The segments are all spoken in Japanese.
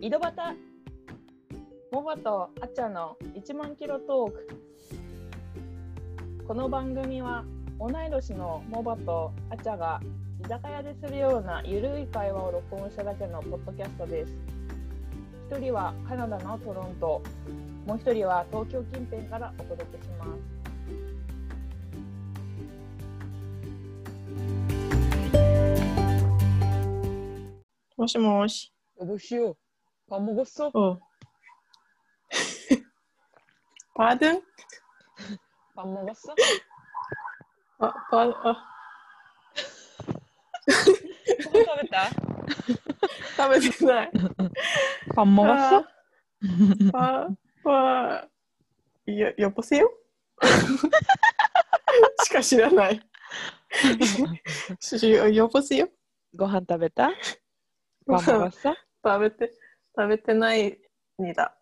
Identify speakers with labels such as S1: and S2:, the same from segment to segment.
S1: 井戸端モバとあっちゃんの1万キロトークこの番組は同い年のモバとあっちゃんが居酒屋でするようなゆるい会話を録音しただけのポッドキャストです一人はカナダのトロントもう一人は東京近辺からお届けします
S2: もしもし。
S1: どうしようパンもごっそ
S2: お Pardon?
S1: パンもごっ そ
S2: あ、パあ
S1: 食べた
S2: 食べ てない。
S1: パンも
S2: あーパパや、よこせよ。 しか知らない。しよこせよ。
S1: ご飯食べ たパンもごっそ
S2: 食べて、食べてないに だ。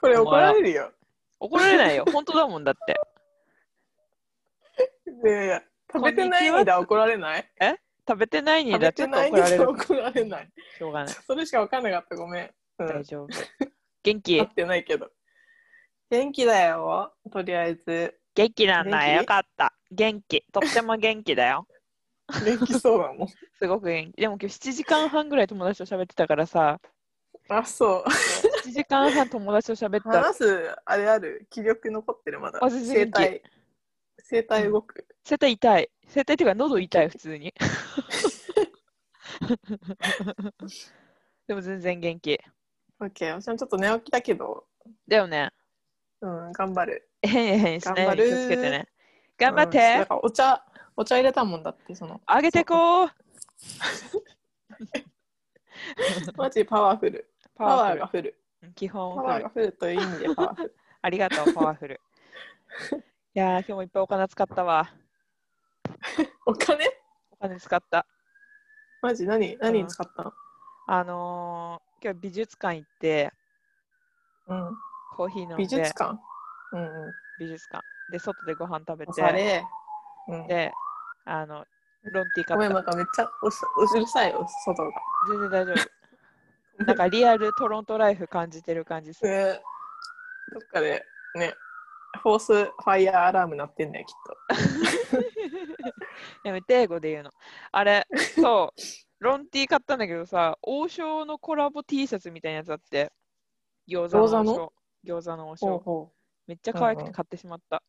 S2: これ怒られるよ。
S1: 怒られないよ 本当だもんだって
S2: いやいや、食べてないにだ怒られない
S1: 食べてないに
S2: 食
S1: だ
S2: べ
S1: ちょっ
S2: て
S1: と
S2: ない
S1: 怒
S2: に
S1: られ
S2: だ
S1: る
S2: 怒られない。
S1: しょうがない
S2: それしか分かんなかった、ごめん。うん
S1: 大丈夫元気
S2: 合ってないけど。元気だよ、とりあえず。
S1: 元気なんだ
S2: 元気
S1: よかった元気とっても元気だよ
S2: 元気そうだもん。
S1: すごく元気でも今日7時間半ぐらい友達と喋ってたからさ
S2: あ、そう。
S1: 7時間半友達と喋った
S2: 話す、あれある、気力残ってる、まだ。
S1: あ全然
S2: 声帯、声帯動く。
S1: 絶対痛い絶対っていうか喉 痛い普通にでも全然元気
S2: オッケー、私もちょっと寝起きだけど、
S1: だよね
S2: うん、頑張る。
S1: 変変しないように気をつけてね頑張っ
S2: うん
S1: て
S2: だからお茶、お茶入れたもんだって、その。
S1: あげてこう
S2: マジパワフル。パ
S1: パワフ
S2: ワー
S1: ル
S2: がフル。
S1: うん基
S2: パ
S1: 本フ
S2: ワ
S1: ル
S2: ーがフルという意味でパワフル。
S1: ありがと う、パワフル。いやー、今日もいっぱいお金使ったわ。
S2: お 金
S1: お金使った。
S2: マジ何何に使ったの
S1: あのー、今日美術館行って、
S2: うん。
S1: コーヒー飲んで、
S2: 美術館うんう
S1: 美術館で、外でご飯食べ
S2: ん。おしゃ
S1: て、
S2: れ。うん。
S1: で、あの、ロンティー買
S2: ごめ
S1: っ
S2: ん、
S1: た。
S2: なんかめっちゃおしうるさいよ、外が。
S1: 全然大丈 夫。なんかリアルトロントライフ感じてる感じする。
S2: ねどっかでね、フォースファイヤーアラーム鳴ってんだよ、きっ
S1: やめて、英語で言うの。あれ、 そう、ロンティー買ったんだけどさ、王将のコラボ T シャツみたいなやつあって、餃子の王将。餃子の王
S2: と。
S1: 将。めっちゃ可愛く
S2: うんう
S1: て
S2: ん
S1: 買ってしまった。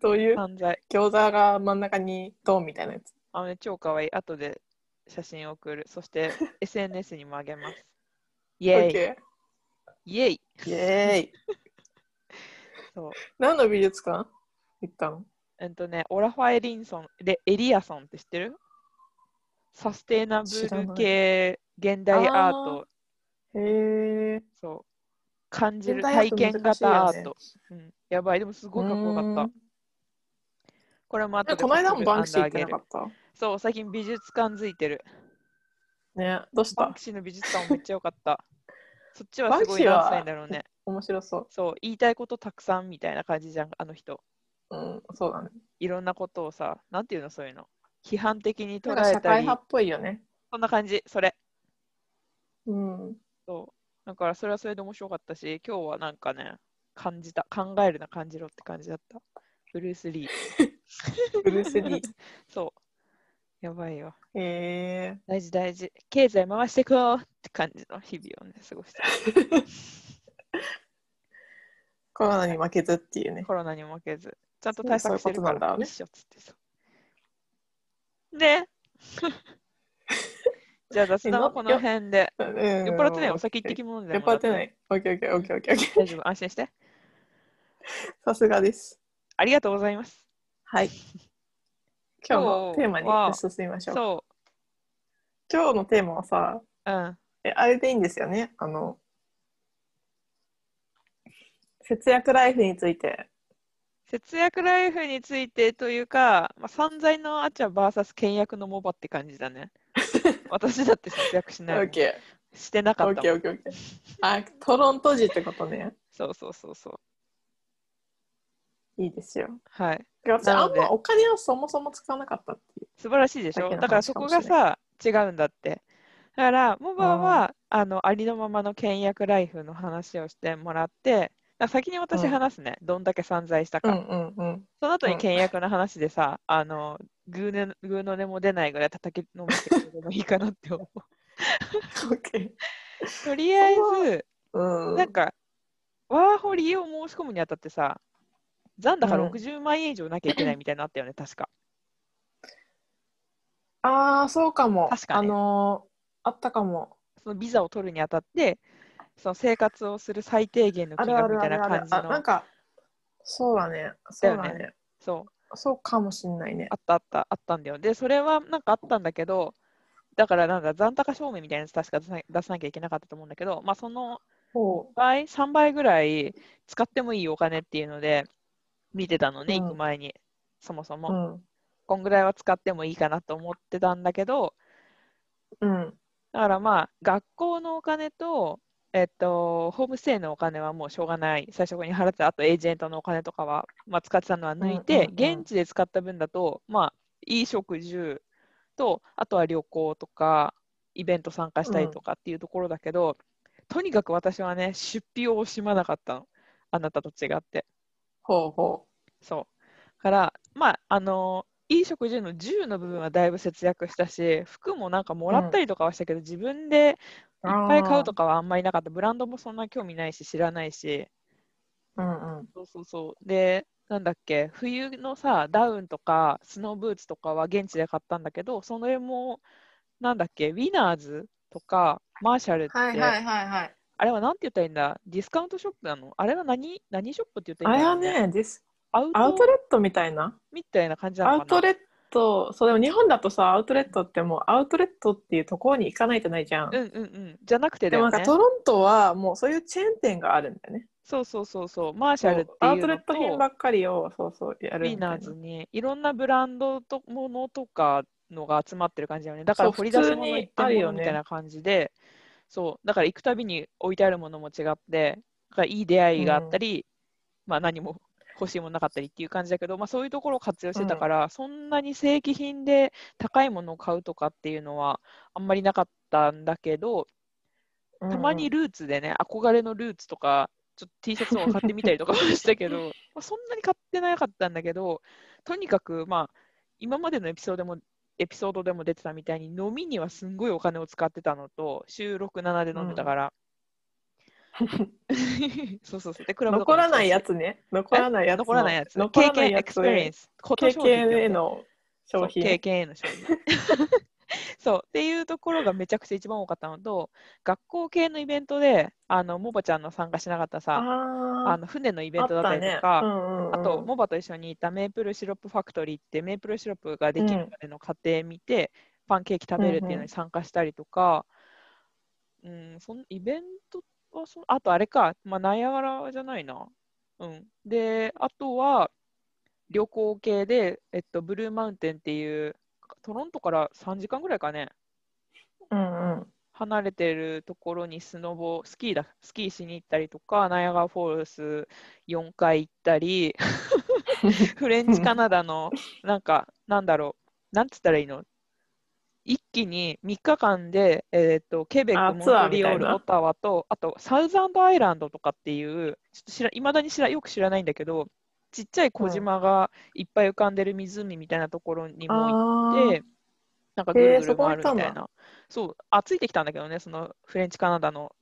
S2: どういう
S1: 犯罪。
S2: 餃子が真ん中にドンみたいなやつ。
S1: あのね、超かわいい。後で写真を送る。そして SNS にもあげます。イ
S2: オ
S1: ェ
S2: ッ
S1: イ。
S2: ケ
S1: イェイ。
S2: ーイエーイ。
S1: そう。
S2: 何の美術館行ったの
S1: うんとね、オラファエリンソン、でエリアソンって知ってるサステイナブ
S2: 知らな
S1: ル
S2: い
S1: 系現代アート。
S2: へえ。
S1: そう。感じる
S2: 現代アー
S1: 体
S2: ト
S1: 験型ア
S2: 難しい
S1: ー
S2: よ
S1: ト。うん。やばい。でもすごいかっこよかっ
S2: うー
S1: た
S2: ん。
S1: これも後で
S2: この間もバンクシー行
S1: あ
S2: って
S1: げ
S2: な
S1: る
S2: かっ
S1: そう、最近美術館づいてる。
S2: た。ね、どうし
S1: バン
S2: た
S1: クシーの美術館もめっちゃよかった。そっち
S2: バ
S1: は
S2: ン
S1: す
S2: ク
S1: ご
S2: シ
S1: い
S2: ーは
S1: 何歳だろうね。
S2: 面白そ
S1: そう、言いたいことたくさんみたいな感じじゃん、あの人。
S2: う。うん、そうだね。
S1: いろんなことをさ、なんていうの、そういうの。批判的に捉
S2: なんか
S1: え
S2: 社
S1: た
S2: 会
S1: り、
S2: 派っぽいよね。
S1: そんな感じ、それ。
S2: うん。
S1: そう。だから、それはそれで面白かったし、今日はなんかね、感じた、考えるな、感じろって感じだった。ブルース・リー。
S2: ブルース・リー。
S1: そう。やばいよ。
S2: へ え。
S1: 大事、大事。経済回してくよって感じの日々をね、過ごしてる。
S2: コロナに負けずっていうね。
S1: コロナに負けず。ちゃんと対策してるか
S2: そういうことなん
S1: ら、
S2: だね
S1: 一緒っつってさ。ね じゃあ雑談はこの辺で。
S2: う ん、
S1: 酔っ払ってないお酒一滴も飲んでな
S2: 酔
S1: い。
S2: っ払ってないい。オッケーオッケーオッケーオッケーオッケー。
S1: 大丈夫、安心して。
S2: さすがです。
S1: ありがとうございます。
S2: はい。今日のテーマに
S1: 今日
S2: 進みましょう。
S1: そ
S2: 今日のテーマはさ、
S1: う。うん。
S2: えあれでいいんですよね。あの、節約ライフについて。
S1: 節約ライフについてというか、まあ、散財のあちゃ VS 倹約のモバって感じだ ね。私だって節約し
S2: オ
S1: ないもん
S2: ッケ
S1: してな
S2: ー。
S1: か
S2: オ
S1: っ
S2: ッ
S1: た
S2: ケ
S1: もん。
S2: ーオッケーオッケー。あ、トロント時ってことね。
S1: そうそうそうそう。
S2: いいですよ。
S1: はい。
S2: 私、
S1: な
S2: あ
S1: の
S2: ん
S1: で
S2: まお金をそもそも使わなかったっていう。
S1: 素晴らしいでし
S2: だ
S1: ょ
S2: けの
S1: だからそこが
S2: 話か
S1: さ、違うんだって。だから、モバはあのありのままの倹約ライフの話をしてもらって、あ先に私
S2: うん
S1: 話すね、どんだけ散財したか。
S2: んうんうん。
S1: その後
S2: う
S1: に
S2: ん
S1: 倹約の話でさ、あの、ぐうねぐうの音も出ないぐらい叩きのめてくれてもいいかなって 思う。
S2: OK。
S1: とりあえず、
S2: うん。
S1: なんか、ワーホリを申し込むにあたってさ、残高
S2: うん
S1: 60万円以上なきゃいけないみたいになのあったよね、確か。
S2: ああ、そうかも。
S1: 確かね
S2: あのーあったかも。
S1: そのビザを取るにあたって、その生活をする最低限の
S2: あ
S1: 金
S2: るあ
S1: 額
S2: る
S1: みたい
S2: ある
S1: な
S2: あ
S1: 感
S2: る。
S1: じ
S2: あ、なん
S1: の。
S2: か、そうだね。そうだ
S1: だよ
S2: ね。
S1: そう、
S2: そうかもしんないね
S1: あ。ったあったあったんだよ。で、それはなんかあったんだけど、だからなんだ、残高証明みたいなやつ確か出さ出さなきゃいけなかったと思うんだけど、まあその
S2: ほ
S1: 倍、3倍ぐらい使ってもいいお金っていうので、見てたのね、
S2: うん。
S1: 行く前に、そもそうも。
S2: うん。
S1: こんぐらいは使ってもいいかなと思ってたんだけど、
S2: うん。
S1: だからまあ、学校のお金と、えっと、ホームステイのお金はもうしょうがない、最初に払ってた、あとエージェントのお金とかは、まあ、使ってたのは抜いて、
S2: うんうんうん
S1: 現地で使った分だと、まあ、いい食住と、あとは旅行とか、イベント参加したりとかっていうところだけど、とにかく私はね、出費を惜しまなかったの、あなたと違って。
S2: ほうほ
S1: そう。から、まあ、あのいい食事の10の部分はだいぶ節約したし、服もなんかもらったりとかはしたけど、自分で
S2: う。
S1: いっぱい買うとかはあんまりなかった。ブランドもそんな興味ないし、知らないし。
S2: あー。うんうん。
S1: そうそうそう。で、なんだっけ、冬のさ、ダウンとか、スノーブーツとかは現地で買ったんだけど、それも、なんだっけ、ウィナーズとか、マーシャルって、
S2: はいはいはいはい。
S1: あれはなんて言ったらいいんだディスカウントショップなのあれは何何ショップって言った
S2: あ
S1: らいいん
S2: れ
S1: だ
S2: は
S1: ろう
S2: ね、です
S1: アウ
S2: アウト
S1: ト
S2: レットみたいな。
S1: みたいな感じなの
S2: ア
S1: かな
S2: ウトレット、そうでも日本だとさ、アウトレットってもうアウトレットっていうところに行かないとないじゃん。
S1: うんうんうん。じゃなくてだ
S2: でも
S1: よ
S2: なんか
S1: ね。
S2: トロントはもうそういうチェーン店があるんだよね。
S1: そうそうそうそう。マーシャルっていう
S2: ア
S1: のと
S2: ウトレット品ばっかりをそうそうやる
S1: ウィ
S2: み
S1: ナ
S2: た
S1: ー
S2: いな
S1: ズ。にいろんなブランドとものとかのが集まってる感じだよね。だから
S2: そう
S1: 掘り出し物
S2: 普通に
S1: 一点
S2: ある
S1: 物
S2: よ
S1: み
S2: ね
S1: たいな感じで、そう、だから行くたびに置いてあるものも違って、だからいい出会いがあったり、まあ何も欲しいものなかったりっていう感じだけど、まあそういうところを活用してたから、そんなに正規品で高いものを買うとかっていうのはあんまりなかったんだけど、たまに
S2: いる。
S1: ルーツでね、憧れのルーツとか、ちょっと T シャツを買ってみたりとかはした けど、まあ、そんなに買ってなかったんだけど、とにかく、まあ、今までのエピソードでもエピソードでも出てたみたいに、飲みにはすんごいお金を使ってたのと、収録7で飲んでたから。 そうそうそう。で、クラブとかも行って
S2: 残ら
S1: た
S2: ない
S1: し
S2: やつね。残らないやつの。
S1: 残らないやつ。
S2: 残ら
S1: 経
S2: ない
S1: 験、
S2: や
S1: エ
S2: つ
S1: クスペリエンス。こと
S2: 経
S1: 商品ってやつ
S2: 験への
S1: そ
S2: 商
S1: う経
S2: 品。
S1: 験への消費 そうっていうところがめちゃくちゃ一番多かったのと学校系のイベントであのモバちゃんの参加しなかったさあ
S2: あ
S1: の船のイベ
S2: ー
S1: ン
S2: あ
S1: トだったりとかあ,、
S2: あ
S1: とモバと一緒に行ったメープルシロップファクトリーってメープルシロップができるまでの過程見て、パンケーキ食べるっていうのに参加したりとか、うんそのイベントはそあとあれか、まあ、ナイアガラじゃないな、うん、であとは旅行系で、えっと、ブルーマウンテンっていうトロントから3時間ぐらいかね
S2: うんうん
S1: 離れてるところにスノボスキーだスキーしに行ったりとかナイアガラフォールス4回行ったりフレンチカナダのなんかなんだろうなんつったらいいの一気に3日間で、えー、とケベッ
S2: あ
S1: ク、モン
S2: ツア
S1: ト
S2: ーみ
S1: リオ
S2: た
S1: ー
S2: い
S1: ル、
S2: な
S1: オタワと、あとサウザンドアイランドとかっていう、ちょっと知ら未だに知らよく知らないんだけど、ちっちゃい小島がいっぱい浮かんでる湖みたいなところにも行っ
S2: あー
S1: で、なんかぐ
S2: へえ
S1: るぐる
S2: そこ
S1: 回
S2: 行っ
S1: る
S2: た
S1: み
S2: ん
S1: た
S2: だ
S1: いな。そう、あ、ついてきたんだけどね、そのフレンチカナダの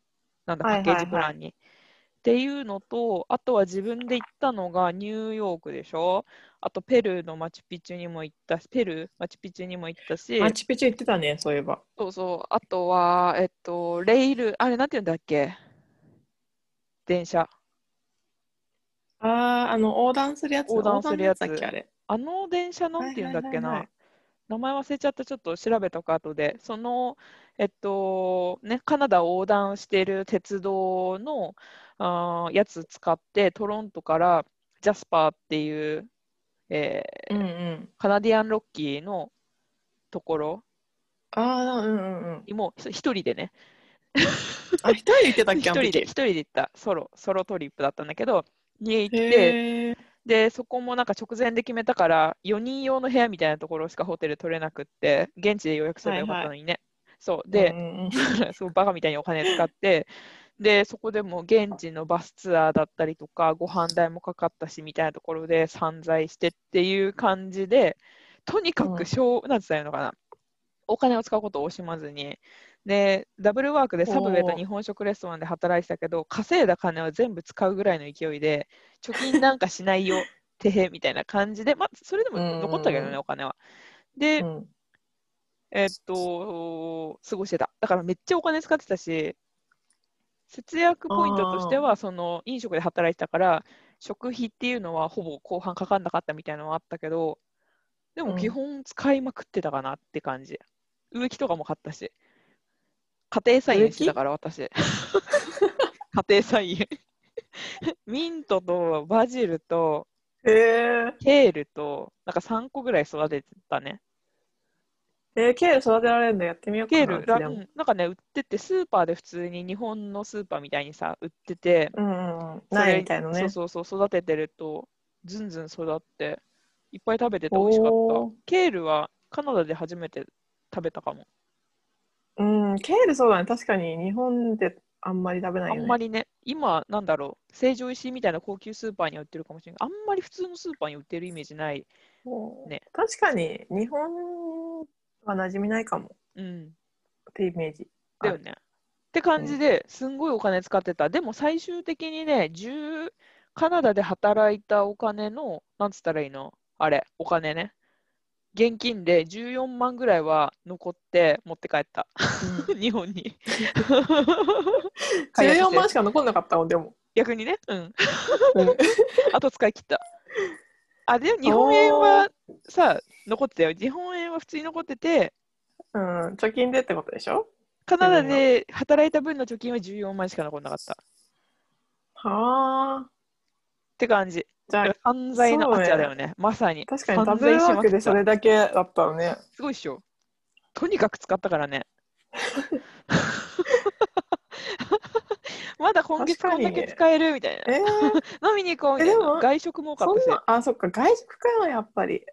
S1: なんだパ
S2: はいは
S1: ッ
S2: い
S1: ケージプランに。っていうのと、あとは自分で行ったのがニューヨークでしょあとペルーのマチュピチュにも行ったし、ペルーマチュピチュにも行ったし、
S2: マチュピチュ行ってたね、そういえば。
S1: そうそう、あとは、えっと、レイル、あれなんて言うんだっけ電車。
S2: ああ、あの、横断するやつ。
S1: 横断するやつ
S2: 横断だったっけ、あれ。
S1: あの電車なんて言うんだっけ
S2: はいはいはいは。
S1: ない名前忘れちゃった、ちょっと調べとく後で、その、えっと、ね、カナダを横断している鉄道の、あーやつ使って、トロントからジャスパーっていう、えー
S2: うんうん。
S1: カナディアンロッキーのところ
S2: ああ、うんうん うん。
S1: にも、ひ一人でね、
S2: あ、一人で行ってたっ
S1: 一
S2: け、あの
S1: 人で、
S2: 時
S1: 一人で行ったソロ、ソロトリップだったんだけど、に行って、
S2: へえ。
S1: で、そこもなんか直前で決めたから、4人用の部屋みたいなところしかホテル取れなくって、現地で予約すればよかったのにね。そう。で、
S2: うんうんうん
S1: そうバカみたいにお金使って、で、そこでも現地のバスツアーだったりとか、ご飯代もかかったしみたいなところで散財してっていう感じで、とにか
S2: うん
S1: くしょう、なんて言ったらいいのかな、お金を使うことを惜しまずに、で、ダブルワークでサブウェイ
S2: お
S1: と
S2: ー
S1: 日本食レストランで働いてたけど、稼いだ金は全部使うぐらいの勢いで、貯金なんかしない よ、てへみたいな感じで、まあ、それでも残ったけど
S2: う
S1: ね、
S2: ん
S1: お金は。で、
S2: うん
S1: えっと、過ごしてた。だからめっちゃお金使ってたし、節約ポイントとしては、その飲食で働いてたから、食費っていうのはほぼ後半かかんなかったみたいなのはあったけど、で
S2: う
S1: も
S2: ん
S1: 基本使いまくってたかなって感じ。植木とかも買ったし、家庭菜園してたから私。家 庭菜園。 ミントとバジルと
S2: へえ
S1: ケールと、なんか3個ぐらい育ててたね。
S2: えー、ケール育てられるんだやってみよう
S1: ケ
S2: か
S1: ー
S2: な
S1: ル、ラ
S2: うちでも
S1: うんなんかね、売ってて、スーパーで普通に日本のスーパーみたいにさ、売ってて、
S2: うんうん、
S1: それ
S2: 苗みたいのね。
S1: そうそうそう、育ててると、ずんずん育って、いっぱい食べてて美味しかった。
S2: おー
S1: ケールはカナダで初めて食べたかも。
S2: うん、ケールそうだね。確かに日本であんまり食べない
S1: あ
S2: よね。
S1: んまりね、今、なんだろう、成城石井みたいな高級スーパーには売ってるかもしれない。あんまり普通のスーパーに売ってるイメージない。
S2: そう
S1: ね
S2: 確かに日本は馴染みないかも
S1: うん。
S2: ってイメージ。
S1: だよね。って感じですんごいお金使ってた。でも最終的にね、10カナダで働いたお金の、なんつったらいいのあれ、お金ね。現金で14万ぐらいは残って持って帰った。 日本に。
S2: 十
S1: 解約
S2: 四
S1: して
S2: 万しか残んなかったもんでも。
S1: 逆にね。 うん。
S2: うん
S1: あと使い切った。あ、でも日本円はさ、残ってたよ。日本円は普通に残ってて、
S2: うん、貯金でってことでしょ？
S1: カナダで働いた分の貯金は14万しか残んなかった。っ
S2: はあ。
S1: て感じ。
S2: じゃあ
S1: 犯罪のアチャだよね、まさに。
S2: 確かにダ
S1: 犯
S2: ブル
S1: 罪し
S2: ワ
S1: ま
S2: ー
S1: く
S2: ク
S1: っ
S2: で
S1: た
S2: それだけだったのね。
S1: すごいっしょ。とにかく使ったから ね。まだ今月
S2: 確
S1: こ
S2: か
S1: ん
S2: にね
S1: だけ使えるみたいな。
S2: えー、
S1: 飲みに行こうみたい
S2: えでも
S1: な。外食も多か
S2: そ
S1: った
S2: ん
S1: し。
S2: なあそっか外食かよやっぱり。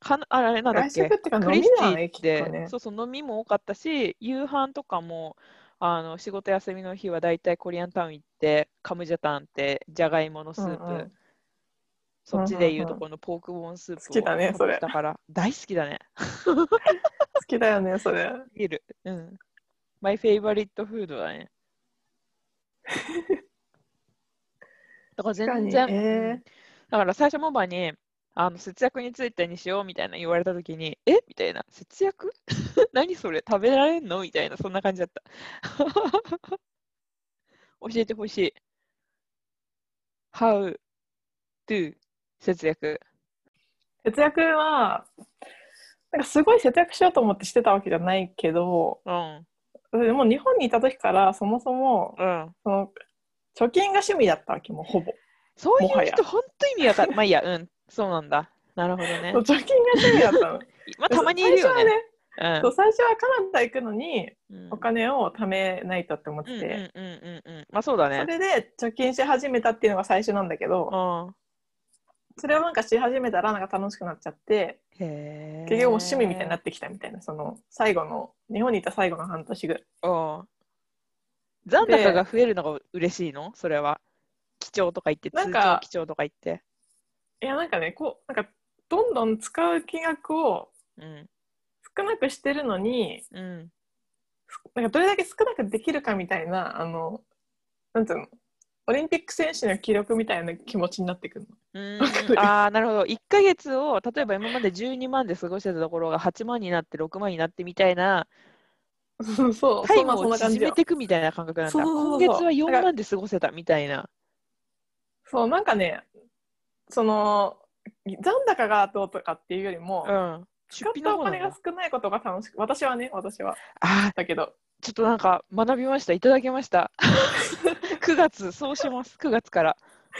S1: かなあれなんだっ
S2: 外
S1: け
S2: 食ってか飲
S1: クリ
S2: み
S1: ステ
S2: だね
S1: ィ
S2: きっ
S1: って、
S2: とね。
S1: そうそう飲みも多かったし夕飯とかもあの仕事休みの日はだいたいコリアンタウン行ってカムジャタンってじゃがいものスープ、
S2: うんうん
S1: そっちでいうとこのポークボーンスープを
S2: 好きだねそ
S1: 食べ
S2: れ
S1: てたから大好きだね
S2: 好きだよねそれ。
S1: ビールうんマイフェイバリットフードだ ねだから全然、
S2: 確かにえー
S1: うんだから最初モバにあの節約についてにしようみたいな言われた時にえみたいな節約 何それ食べられんのみたいなそんな感じだった 教えてほしい How to 節約
S2: 節約はなんかすごい節約しようと思ってしてたわけじゃないけど。
S1: うん
S2: でも日本にいた時からそもそも
S1: うん
S2: その貯金が趣味だったわけもうほぼ
S1: そうい
S2: もは
S1: う
S2: や
S1: 人ほんと意味わかんないまあいいやうんそうなんだなるほどね
S2: そう貯金が趣味だったの
S1: まあ、 たまにいるよね。う
S2: 最初はねそう最初はカナダ行くのに
S1: ん
S2: お金を貯めないとって思って
S1: う
S2: て、
S1: んうんうんうんうん。まあそうだ
S2: そ
S1: ね。
S2: れで貯金し始めたっていうのが最初なんだけど、
S1: うん
S2: それをなんかし始めたらなんか楽しくなっちゃって
S1: へえ。
S2: 結局もう趣味みたいになってきたみたいなその最後の日本にいた最後の半年ぐらい
S1: うん。残高が増えるのが嬉しいのそれは。貴重とか言って、
S2: な
S1: 通
S2: ん
S1: 帳
S2: か
S1: 貴重とか言って。
S2: いやなんかねこうなんかどんどん使う金額を
S1: うん。
S2: 少なくしてるのに
S1: うん。
S2: なんかどれだけ少なくできるかみたいなあのなんていうのオリンピック選手の記録みたいな気持ちになってくるの。
S1: うん
S2: わかる
S1: ああ、なるほど。1ヶ月を、例えば今まで12万で過ごしてたところが8万になって6万になってみたいな、
S2: そうそう
S1: タ
S2: そ
S1: イ
S2: う
S1: ム
S2: まあそん
S1: を
S2: な感
S1: 縮
S2: じ
S1: め
S2: よ
S1: ていくみたいな感覚なんだ。
S2: そうそうそうそ
S1: 今
S2: う
S1: 月は4
S2: だから
S1: 万で過ごせたみたいな。
S2: そうなんかねその残高がどうとかっていうよりも、
S1: うん。出
S2: 使っ
S1: 費
S2: た
S1: の
S2: お
S1: 方なん
S2: 金
S1: だ。
S2: が
S1: あ
S2: 少ないことが楽しく私はね私は
S1: あー、
S2: だけど
S1: ちょっとなんか学びました。いただきました。9月、そうします。9月から。
S2: い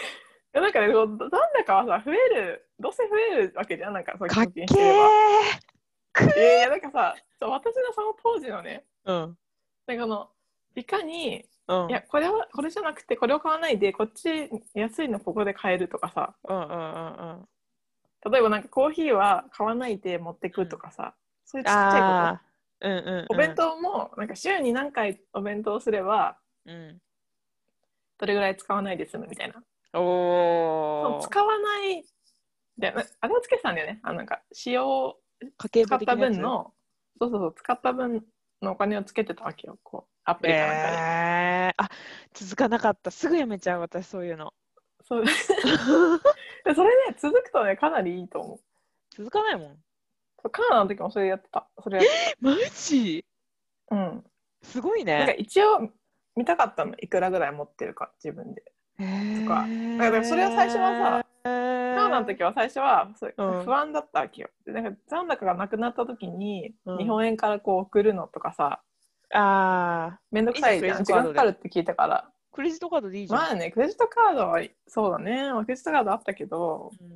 S2: やなんかねこう残高はさ増えるどうせ増えるわけじゃんなんかそう
S1: かっけ
S2: 貯金
S1: ー
S2: してれば。いやいやなんかさそう私のその当時のね
S1: うん。
S2: なんかあのいかに
S1: うん
S2: いやこれはこれじゃなくてこれを買わないでこっち安いのここで買えるとかさ
S1: うんうんうんうん
S2: 例えばなんかコーヒーは買わないで持ってくとかさ、そういうちっちゃいこ
S1: ああうんうんうん
S2: とお弁当もなんか週に何回お弁当すれば
S1: うん
S2: どれぐらい使わないで済むみたいなそ
S1: お
S2: う
S1: お
S2: 使わないでなあれをつけてたんだよねあのなんか使用
S1: 家計
S2: 使
S1: 簿
S2: っ
S1: 的
S2: た
S1: なやつ
S2: 分のそうそうそう使った分のお金をつけてたわけよこうアプリかなんかで、
S1: えー、あ続かなかったすぐやめちゃう私そういうの
S2: そう でそれね続くとねかなりいいと思う
S1: 続かないもん
S2: そうカナダの時もそれやってたそれやって
S1: えマジ
S2: たうん
S1: すごい
S2: なんか
S1: ね
S2: 一応見たかったのいくらぐらい持ってるか自分で
S1: と
S2: かだからそれは最初はさカナダの時は最初はそう
S1: うん
S2: 不安だったわけよ、でなんか残高がなくなった時に、
S1: うん
S2: 日本円からこう送るのとかさ
S1: ああ
S2: めんどくさいじゃ
S1: いい
S2: ん
S1: じ
S2: 時
S1: ゃん
S2: 間かかるって聞いたから
S1: クレジットカードでいいじゃん、
S2: まあねクレジットカードはそうだねまあクレジットカードあったけど
S1: うんい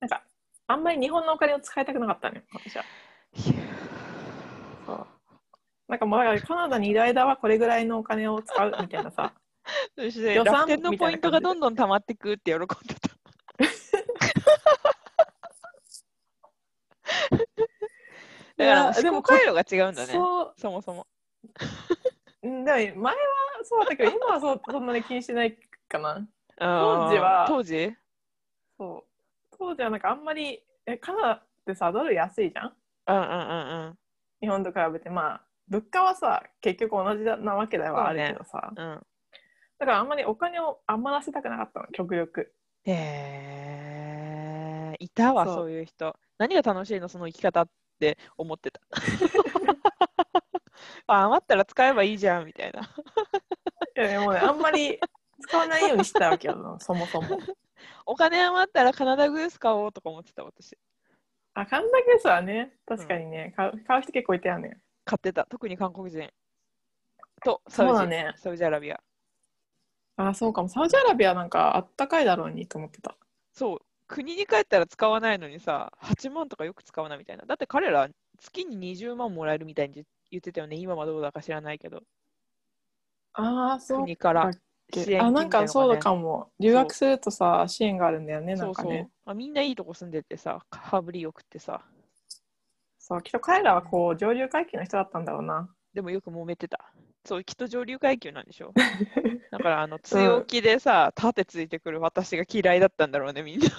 S2: なんかあんまり日本のお金を使いたくなかったのよ私は
S1: や
S2: そうなんかもうだからカナダにいる間はこれぐらいのお金を使うみたいなさ
S1: そして
S2: 予算
S1: 楽天のポイントがどんどん溜まってくって喜んでた。 だから
S2: いやでも
S1: 思考回路が違うんだね。
S2: そう
S1: そもそも。
S2: うんでも前はそうだったけど今はそうそんなに気にしてないかな
S1: 当
S2: 時は
S1: 当時
S2: そう当時はなんかあんまりえカナダってさドル安いじゃん
S1: うんうんうんうん
S2: 日本と比べてまあ物価はさ結局同じだなわけではあるけどさ、
S1: うん。
S2: だからあんまりお金を余らせたくなかったの極力
S1: へえいたわ
S2: そう
S1: そういう人何が楽しいのその生き方って思 ってたあ余ったら使えばいいじゃんみたいない
S2: やでもねあんまり使わないようにしてたわけ よそもそも
S1: お金余ったらカナダグース買おうとか思ってた私
S2: あカンダグースはね確かにね、買う買う人結構いたよね
S1: 買ってた特に韓国人とサ
S2: そう
S1: ウジ
S2: だね
S1: サウジアラビア
S2: あそうかもサウジアラビアなんかあったかいだろうにと思ってた
S1: そう国に帰ったら使わないのにさ8万とかよく使うなみたいなだって彼ら月に20万もらえるみたいに言ってたよね今はどうだか知らないけど
S2: ああそう
S1: 国から支援金みたい
S2: あ
S1: のがね
S2: なんかそうかも留学するとさ支援があるんだよねな
S1: そ
S2: ん
S1: う
S2: か
S1: そう、
S2: ね
S1: あ、みんないいとこ住んでてさ羽振りよくてさ
S2: そうきっと彼らはこう上流階級の人だったんだろうな
S1: でもよく揉めてたそうきっと上流階級なんでし ょだからあの強気でさ盾ついてくる私が嫌いだったんだろうねみんな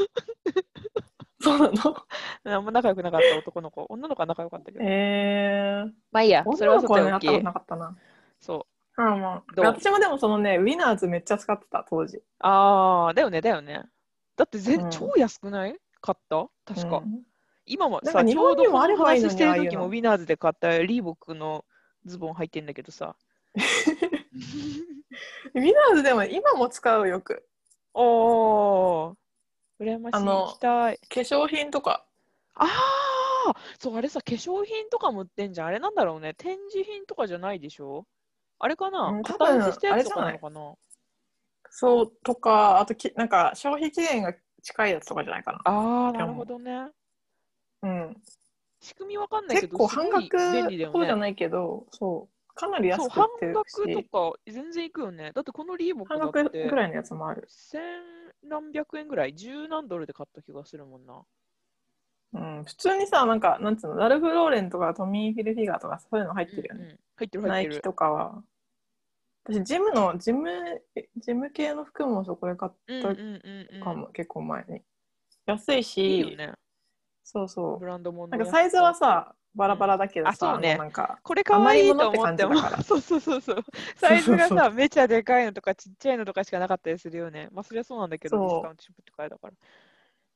S2: そうなの
S1: あんま仲良くなかった男の子女の子は仲良かったけど
S2: えー、
S1: まあいいやそれ
S2: 女
S1: は
S2: の
S1: さ
S2: 子は
S1: て
S2: ねあ
S1: お
S2: っ
S1: き
S2: たことなかったな
S1: そう
S2: うんもう
S1: どう
S2: 私もでもそのねウィナーズめっちゃ使ってた当時
S1: ああだよねだよねだって全、
S2: うん
S1: 超安くない買った確か、
S2: うん
S1: 今も
S2: な
S1: さ
S2: んか
S1: ち
S2: 日
S1: ょ
S2: 本
S1: う
S2: に
S1: ど
S2: も
S1: こ
S2: あ
S1: の
S2: ればいい
S1: 話
S2: のに
S1: して
S2: ああい
S1: る
S2: う
S1: 時
S2: の
S1: もウィナーズで買ったリーボックのズボン履いてんだけど さ
S2: ウィナーズでも今も使うよく
S1: おー、羨ましい。
S2: あの
S1: 行きたい。
S2: 化粧品とか
S1: ああ、そう、あれさ、化粧品とかも売ってんじゃん。あれなんだろうね。展示品とかじゃないでしょあれかな
S2: うん多分
S1: 型落ちしたやつとかなのかな
S2: そうとかあときなんか消費期限が近いやつとかじゃないかな
S1: ああ、
S2: じ
S1: な
S2: ゃな
S1: る
S2: い
S1: ほどね。
S2: うん、
S1: 仕組みわかんないけ
S2: 結
S1: ど、
S2: 構
S1: すごい
S2: 半額
S1: 便利だよ
S2: そうじゃ
S1: ね。
S2: ないけどそうかなり
S1: そ
S2: 安
S1: う、
S2: く売
S1: 半
S2: ってる
S1: 額
S2: し
S1: とか全然いくよね。だってこのリーボッ
S2: 半
S1: ク
S2: 額
S1: だって
S2: ぐらいのやつもある、
S1: 千何百円ぐらい、十何ドルで買った気がするもんな。
S2: うん、普通にさなんかなんつうのラルフ・ローレンとかトミー・フィルフィガーとかそういうの入ってるよ
S1: うん
S2: ね、
S1: うん入ってる
S2: ナ
S1: 入って
S2: イキ
S1: る。
S2: とかは私ジムのジムジム系の服もそこで買っ
S1: うんうんうんうん。
S2: たかも、結構前に安い
S1: い
S2: し
S1: いよね。
S2: そうそう
S1: ブランドもの
S2: なん
S1: の
S2: か
S1: やつ
S2: サイズはさ、バラバラだけど
S1: あ
S2: さ、
S1: そうね
S2: なんか、
S1: これかわいいと思って
S2: 余り物っ
S1: も
S2: て感じだか ら
S1: そうそうそうそうサイズが
S2: そうそう
S1: さめちゃでかいのとかちっちゃいのとかしかなかったりするよねまあそりゃそうなんだけど
S2: そう
S1: ディスカウントショップとかだから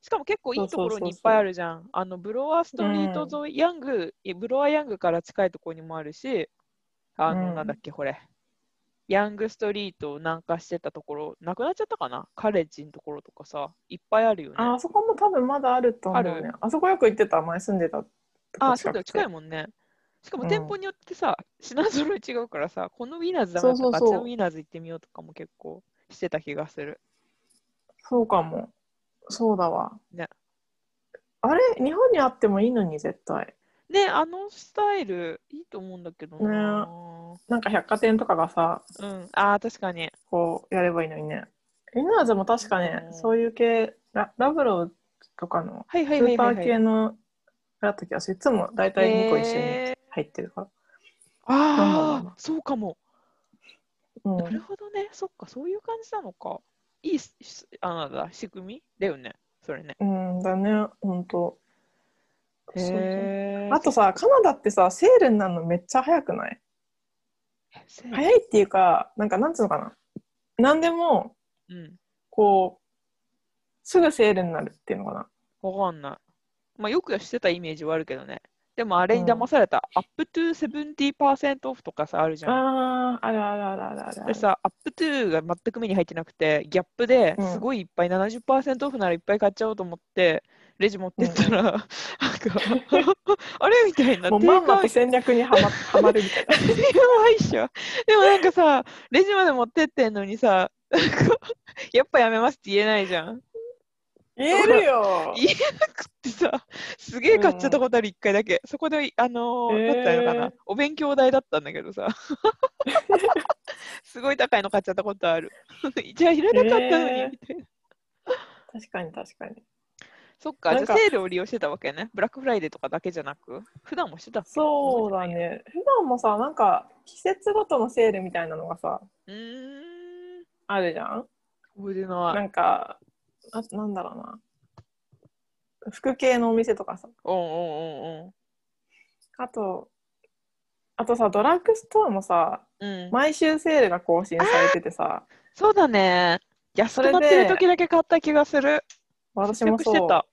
S1: しかも結構いいところ
S2: そうそうそう
S1: にい
S2: そう
S1: っぱいあるじゃんあのブロワーストリート沿い、ヤングいブロワーヤングから近いところにもあるしあの、
S2: うん
S1: なんだっけこれヤングストリートを南下してたところなくなっちゃったかなカレッジのところとかさいっぱいあるよね
S2: ああそこも多分まだあると思う
S1: あ
S2: ね。あそこよく行ってた、前住んでたとこ
S1: あ、そうだよ、
S2: 近
S1: 近い
S2: くて
S1: もんね。しか
S2: う
S1: も
S2: ん
S1: 店舗によってさ、品揃え違うからさ、このウィナーズだな
S2: そう
S1: と
S2: そう
S1: か、
S2: そう
S1: あっちのウィナーズ行ってみようとかも結構してた気がする。
S2: そうかも。そうだわ。
S1: ね
S2: あれ、日本にあってもいいのに、絶対。
S1: ね、あのスタイルいいと思うんだけどな。
S2: なんか百貨店とかがさ、
S1: うん、ああ、確かに。
S2: こうやればいいのにね。インナーズも確かね、
S3: うん
S2: そういう系ラ、ラブローとかの
S1: はいは
S2: ス
S1: いはい
S2: ーパ
S1: はい、
S2: ー系のだった気がする。いつも大体2個一緒に
S1: へー
S2: 入ってるから。なんだろう
S1: あ
S2: な
S1: あ、そうかも。
S2: うん
S1: なるほどね。そっか、そういう感じなのか。いいししあなんだ仕組みだよね。それね。
S2: うんだね、ほんと。
S1: へ
S2: あとさ、カナダってさ、セールになるのめっちゃ早くない
S1: は
S2: 早いっていうか、なんかなんつうのかな。なんでも、
S1: うん。
S2: こう、すぐセールになるっていうのかな。
S1: わかんない。まあ、よくしてたイメージはあるけどね。でもあれに騙された。アップトゥ70%オフとかさ、あるじゃん。
S2: ああ、あるあるあるあるあるあ
S1: で
S2: る。
S1: さ、アップトゥが全く目に入ってなくて、ギャップで
S2: うん
S1: すごいいっぱい70%オフならいっぱい買っちゃおうと思って、レジ持ってったら、なんか、 あれみたいにな
S2: も
S1: っ
S2: う
S1: て、
S2: まん
S1: テ
S2: まと
S1: イク
S2: 戦略にはまはまるみたいな。
S1: アウトやばいっしょ。でもなんかさ、レジまで持ってってんのにさ、なんかやっぱやめますって言えないじゃん。
S2: 言えるよ
S1: 言食ってさ、すげえ買っちゃったことある一回だけ。そこで、あのー
S2: へー
S1: なんていうのかな、お勉強代だったんだけどさ。 すごい高いの買っちゃったことある。 じゃあいらなかったの
S2: へ
S1: に、
S2: ー
S1: みたいな。
S2: 確かに確かに。
S1: そっか、じゃ
S2: なん
S1: あ
S2: か
S1: セールを利用してたわけね。ブラックフライデーとかだけじゃなく、普段もしてたっけ
S2: そうだ。ね。普段もさ、なんか季節ごとのセールみたいなのがさ、
S1: うーん、
S2: あるじゃん
S1: 覚えてな。
S2: ないんか、あなんだろうな。服系のお店とかさ。
S1: おうんうん
S2: あと、あとさ、ドラッグストアもさ、
S1: うんうん。
S2: 毎週セールが更新されててさ、
S1: そうだね。安
S2: そ
S1: く
S2: れ
S1: な
S2: で
S1: ってる時だけ買った気がする。
S2: 私
S1: 節
S2: も
S1: 約して
S2: そう、
S1: た。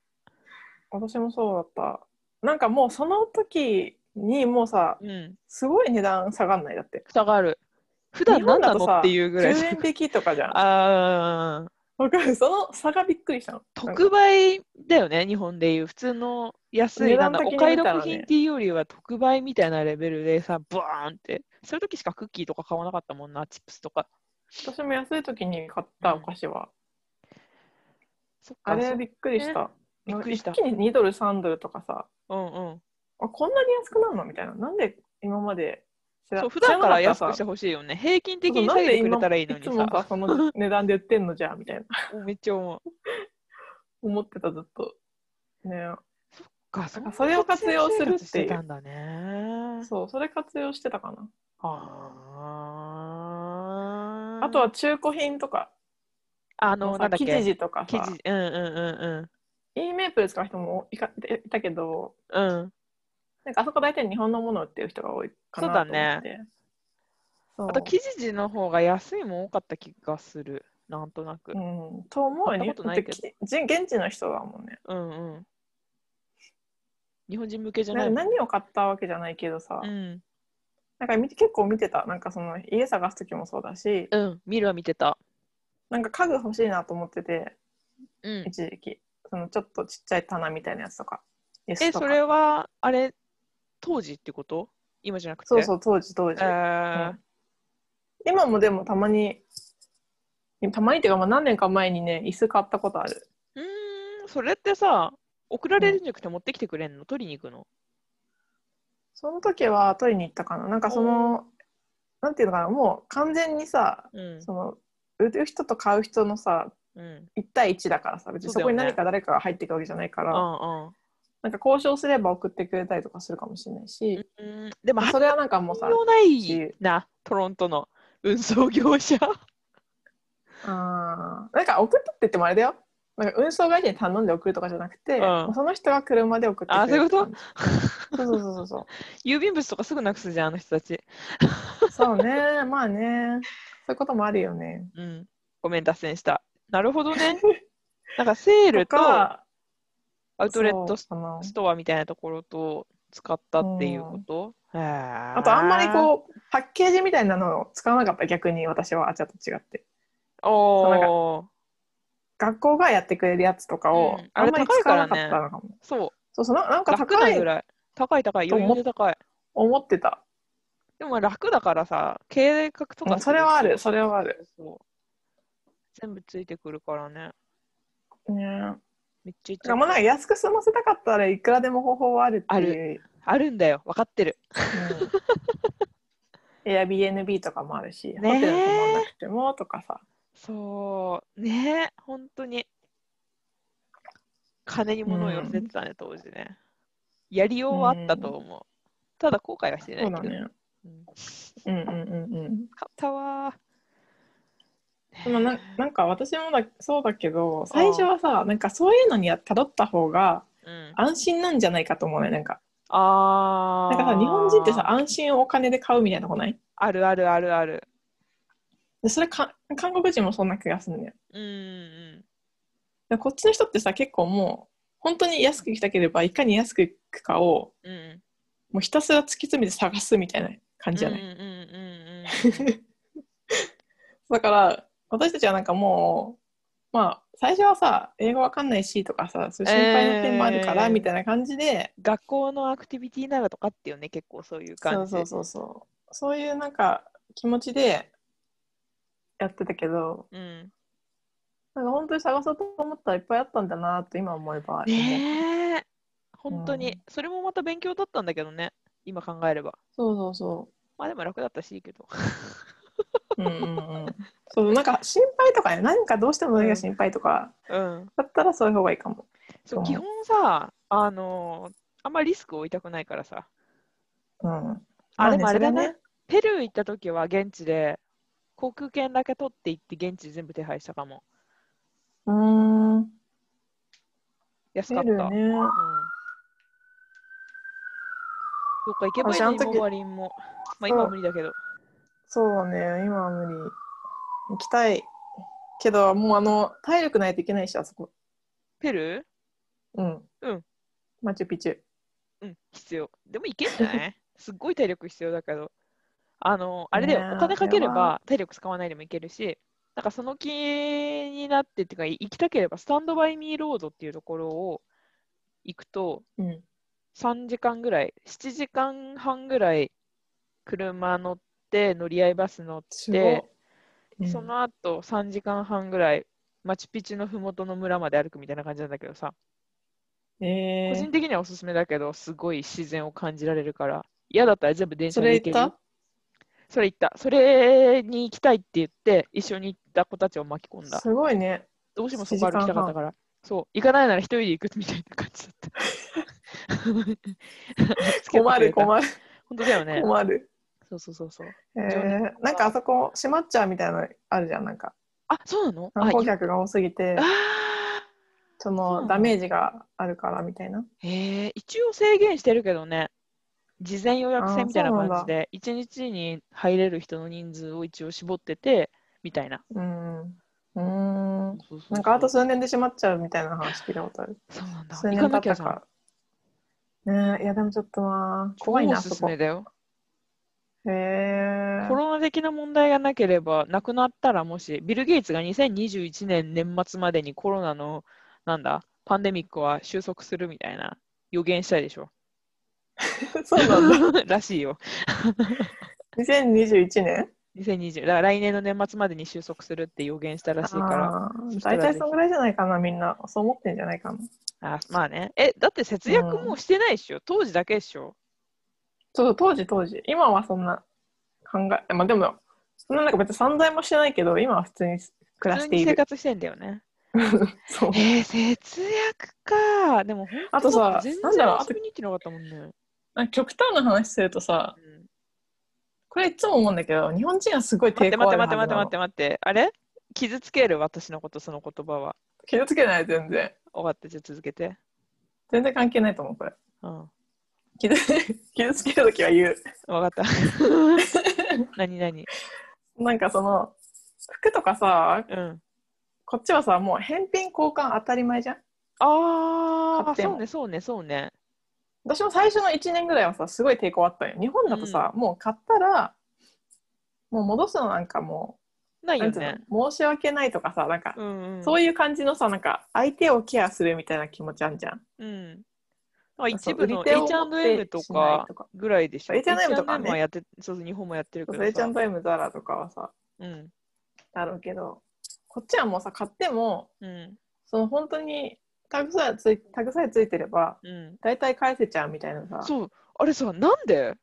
S2: 私もそうだった。なんかもうその時にもうさ、
S1: うん。
S2: すごい値段下がんないだって。
S1: 下がる。普段何な
S2: 日
S1: の
S2: 本だとさ
S1: っていうぐらい。
S2: 10円引きとかじゃ ん。
S1: ああ、
S2: わかるその差がびっくりしたの。なんか
S1: 特売だよね、日本でいう。普通の安い、
S2: 値
S1: なん
S2: 段
S1: だ、お
S2: 的に
S1: 買い
S2: 見たら
S1: 得
S2: ね
S1: 品っていうよりは特売みたいなレベルでさ、ブワーンって。そういう時しかクッキーとか買わなかったもんな、チップスとか。
S2: 私も安い時に買ったお菓子は、
S1: そっか、
S2: あれ
S1: そ
S2: びっくりした。
S1: びっくりした
S2: 一気に2ドル、3ドルとかさ、
S1: うんうん。
S2: あこんなに安くなるのみたいな。なんで今まで知ら
S1: そう、普段から安くして
S2: 知らなかったさ
S1: ほしいよね。平均的
S2: そう
S1: に
S2: なん
S1: 下げ
S2: で
S1: てくれ
S2: 今
S1: たらいいのに
S2: いつも
S1: さ。
S2: さ、その値段で売ってんのじゃんみたいな。
S1: めっちゃ思う。
S2: 思ってた、ずっと。ね
S1: か、
S2: なんかそれを活用するっていう
S1: してたんだね。
S2: そう、それ活用してたかな。
S1: あー
S2: あとは、中古品とか、
S1: あ
S2: あ
S1: の、なんだっ
S2: 生
S1: け。
S2: 地とか
S1: 生
S2: さ
S1: 地、、うんうんうん
S2: e メープル使う人もいかいたけど、
S1: うん。うん。
S2: なんかあそこ大体日本のものを売ってる人が多いかなと思って。
S1: そうだ
S2: そう
S1: あと、生地の方が安いも多かった気がする。なんとなく。
S2: うん、と思う
S1: 買
S2: よね
S1: ったことないけど
S2: だってき現地の人だもんね
S1: うんうん。日本人向けじゃな
S2: ない
S1: もん。
S2: 何を買ったわけじゃないけどさ、
S1: うん。
S2: なんか見て結構見てたなんかその家探す時もそうだし
S1: うん。見るは見てた。
S2: なんか家具欲しいなと思ってて
S1: うん。
S2: 一時期そのちょっとちっちゃい棚みたいなやつとか椅子
S1: え、
S2: と
S1: そ
S2: か
S1: れは、あれ、当時ってこと今じゃなくて。。
S2: そうそうう当時当時、
S1: え
S2: うん今もでもたまにたまにっていうかまあ何年か前にね椅子買ったことある
S1: ー、うーん、それってさ、送られるんじゃなくて持ってきてくれんの取りに行くの
S2: その時は取りに行ったかななんかそのなんていうのかなもう完全にさ
S1: うん。
S2: その売る人と買う人のさ
S1: うん。
S2: 1対1だからさ別に
S1: そだ
S2: そう
S1: よ
S2: こ
S1: ね
S2: に何か誰かが入っていくわけじゃないか
S1: う
S2: ら、
S1: ん
S2: なんか交渉すれば送ってくれたりとかするかもしれないし、
S1: うん。うん、でも、
S2: それはなんかもうさ
S1: 汎用ない
S2: し
S1: な、トロントの運送業者。
S2: あーなんか送ってって言ってもあれだよなんか運送会社に頼んで送るとかじゃなくて、
S1: ん
S2: もうその人が車で送ってくれるって感じそうそうそうそうそ
S1: 郵便物とかすぐなくすじゃん、あの人たち。
S2: うそうねまあねそういうこともあるよね
S1: うん。ごめん、脱線した。なるほど ね。なんかセールと
S2: と
S1: ア
S2: か
S1: ウトレットス
S2: そうかな
S1: トアみたいなところと使ったっていうこと、へー
S2: あとあんまりこうパッケージみたいなのを使わなかった逆に私はあちゃと違って
S1: う、お
S2: なんか
S1: ー
S2: 学校がやってくれるやつとかを、
S1: うんあ
S2: あ
S1: れ
S2: んまり使わなかったのかも。
S1: そ
S2: そうそうななん
S1: う、
S2: か
S1: 楽な
S2: 高い
S1: ぐらい。高い高い、余裕で高い。
S2: 思ってた。
S1: でも楽だからさ、計画と
S2: う
S1: か
S2: んそれはあるそれはある。
S1: そう全部ついてくるからね。
S2: ね、
S1: めっちゃい
S2: なんかもうなんか安く済ませたかったらいくらでも方法はあるっていう
S1: あるんだよ分かってる
S2: うん、Airbnb とかもあるし、
S1: ね
S2: ホテル泊まんなくてもとかさ、
S1: そうね本当に金に物を寄せてたね、当時ねやりようはあったと思う、ただ後悔はしてない
S2: そ
S1: け
S2: う
S1: ど
S2: だね。
S1: うん
S2: うんうんうんうん。
S1: 買ったわー
S2: でもななんか私もだそうだけど、最初はさ、なんかそういうのにたどった方が
S1: うん、
S2: 安心なんじゃないかと思うね。なんか、
S1: あ
S2: なん
S1: ー
S2: かさ、日本人ってさ、安心をお金で買うみたいなとこない
S1: あるあるあるある
S2: でそれか、韓国人もそんな気がするんだよ。
S1: うんうん
S2: でこっちの人ってさ、結構もう、本当に安く行きたければ、いかに安く行くかを、
S1: うんうん
S2: もうひたすら突き詰めて探すみたいな感じじゃない、
S1: うんうんうんうん
S2: だから私たちはなんかもうまあ最初はさ英語わかんないしとかさそういう心配な点もあるか
S1: え
S2: ら、
S1: ー
S2: みたいな感じで
S1: 学校のアクティビティならとかってよね結構そういう
S2: そ
S1: 感
S2: う
S1: じ
S2: そうそうそうそういうなんか気持ちでやってたけど
S1: うん、
S2: なんか本当に探そうと思ったらいっぱいあったんだなと今思えば、
S1: ねえ本当に、
S2: うん
S1: それもまた勉強だったんだけどね今考えれば
S2: そうそうそ
S1: まあでも楽だったしいいけど
S2: ううんうんうん そうなんか心配とかね何かどうしても何が心配とか
S1: うん
S2: だったらそういう方がいいかも
S1: そううん基本さあのあんまリスクを負いたくないからさ
S2: うん
S1: あ
S2: れ
S1: でもあれだねペルー行った時は現地で航空券だけ取って行って現地全部手配したかも
S2: うーん
S1: 安か
S2: 出
S1: った、
S2: るね。
S1: うんどっか行けばいい
S2: 私あ
S1: の
S2: の
S1: に
S2: 時
S1: 今割りもまあ今は無理だけど
S2: そうね、今は無理。行きたい。けど、もうあの、体力ないといけないし、あそこ。
S1: ペル
S2: うん。
S1: うん。
S2: マチュピチュ。
S1: ーうん必要でも行けんじゃ ないすっごい体力必要だけどあのあれだよ、
S2: ねえ
S1: お金かけれ
S2: あれは
S1: ば体力使わないでも行けるしなんかその気になってっていうか行きたければスタンドバイミーロードっていうところを行くと
S2: うん。
S1: 3時間ぐらい、7時間半ぐらい車乗って、乗り合いバス乗っ
S2: すごい
S1: て、
S2: うん
S1: その後3時間半ぐらい、マチュピチュのふもとの村まで歩くみたいな感じなんだけどさ、
S2: え
S1: 個
S2: ー
S1: 人、的にはおすすめだけど、すごい自然を感じられるから、嫌だったら全部電車
S2: そ
S1: で
S2: れ
S1: 行け
S2: 行っ
S1: るよ
S2: た
S1: それ行った。それに行きたいって言って、一緒に行った子たちを巻き込んだ。
S2: すごいね。
S1: どうしてもそこ歩きたかったから。そう、行かないなら一人で行くみたいな感じだ った。
S2: 困る、
S1: る。
S2: 困る、
S1: 本当だよね。
S2: 困る。
S1: そうそうそうそう。
S2: え
S1: 非常に
S2: ー、なんかあそこ、閉まっちゃうみたいなのあるじゃん、なんか。
S1: あ、そうなの
S2: 観光
S1: あい
S2: 客が多すぎて
S1: あ、そ
S2: そ
S1: うな
S2: の
S1: の
S2: ダメージがあるからみたいな。
S1: ーへえ一応制限してるけどね、事前予約制みたいな
S2: あーそうなんだ
S1: 感じで、1日に入れる人の人数を一応絞ってて、みたいな。
S2: うん。うーん。
S1: そうそうそう
S2: なんかあと数年で閉まっちゃうみたいな話聞いたことある。
S1: そうなんだ。
S2: 数
S1: 行か
S2: 年経
S1: な
S2: っ
S1: きゃ
S2: た
S1: じゃん。
S2: から。ねえいやでもちょっとな怖いな、
S1: 超お
S2: あ
S1: す
S2: そ
S1: す
S2: こ。
S1: め
S2: へ
S1: だよ。
S2: え
S1: コ。ロナ的な問題がなければ、なくなったらもし、ビル・ゲイツが2021年年末までにコロナの、なんだ、パンデミックは収束するみたいな予言したでし ょ。
S2: そうなんだ。
S1: らしいよ。
S2: 2021年
S1: 2020だから来年の年末までに収束するって予言したらしいから
S2: あー大体そんぐらいじゃないかな、みんな。そう思ってんじゃないかな。
S1: あまあねえだって節約もうしてないでしょ、当時だけでしょ
S2: そう、当時当時。今はそんな考え、まあでも、そんななんか別に散財もしてないけど、今は普通に暮ら
S1: 普
S2: し
S1: 通
S2: て
S1: に
S2: い
S1: 生
S2: る。
S1: 活してんだよね
S2: そう。
S1: えー、節約かでも本当
S2: あとさ
S1: だって全然
S2: なんだろう
S1: 遊びに行ってなかったもんね、
S2: なんか極端な話するとさ、
S1: うん
S2: これいつも思うんだけど、日本人はすごい
S1: 待っ
S2: 抵
S1: て待っ
S2: 抗あ
S1: て
S2: る
S1: 待
S2: は
S1: っ
S2: ず
S1: て
S2: な
S1: 待って待
S2: の
S1: って。待ってあれ傷つける私のことその言葉は
S2: 傷つけない、全然。
S1: 終わったじゃあ続けて
S2: 全然関係ないと思う、これ。
S1: うん
S2: 傷傷つけるときは言う。
S1: 分かった 何何
S2: なんかその、服とかさ、
S1: うん
S2: こっちはさ、もう返品交換当たり前じゃん
S1: あ
S2: 買
S1: あ
S2: っても
S1: そうねそうねそうね
S2: 私も最初の1年ぐらいはさすごい抵抗あったんよ日本だとさ、もう買ったらもう戻すのなんかも
S1: な
S2: う
S1: い
S2: な
S1: よ
S2: んていう
S1: ね
S2: の申し訳ないとかさなんか、
S1: うんうん
S2: そういう感じのさなんか相手をケアするみたいな気持ちあんじゃん
S1: うん。あ
S2: そう
S1: 一部の
S2: 売り手を持って
S1: H&M と
S2: しな
S1: か
S2: いとか
S1: ぐらいでしょ。
S2: H&M とかね
S1: はやって、そうそう、日本もやってるけ
S2: そ
S1: ど
S2: う
S1: さ。
S2: れちゃんと M ザラとかはさ
S1: うん。
S2: だろうけどこっちはもうさ買っても
S1: うん。
S2: その本当にタグさえついタグさえついてれば
S1: うん。
S2: 大体返せちゃうみたいなさ
S1: そう、あれさ、なんで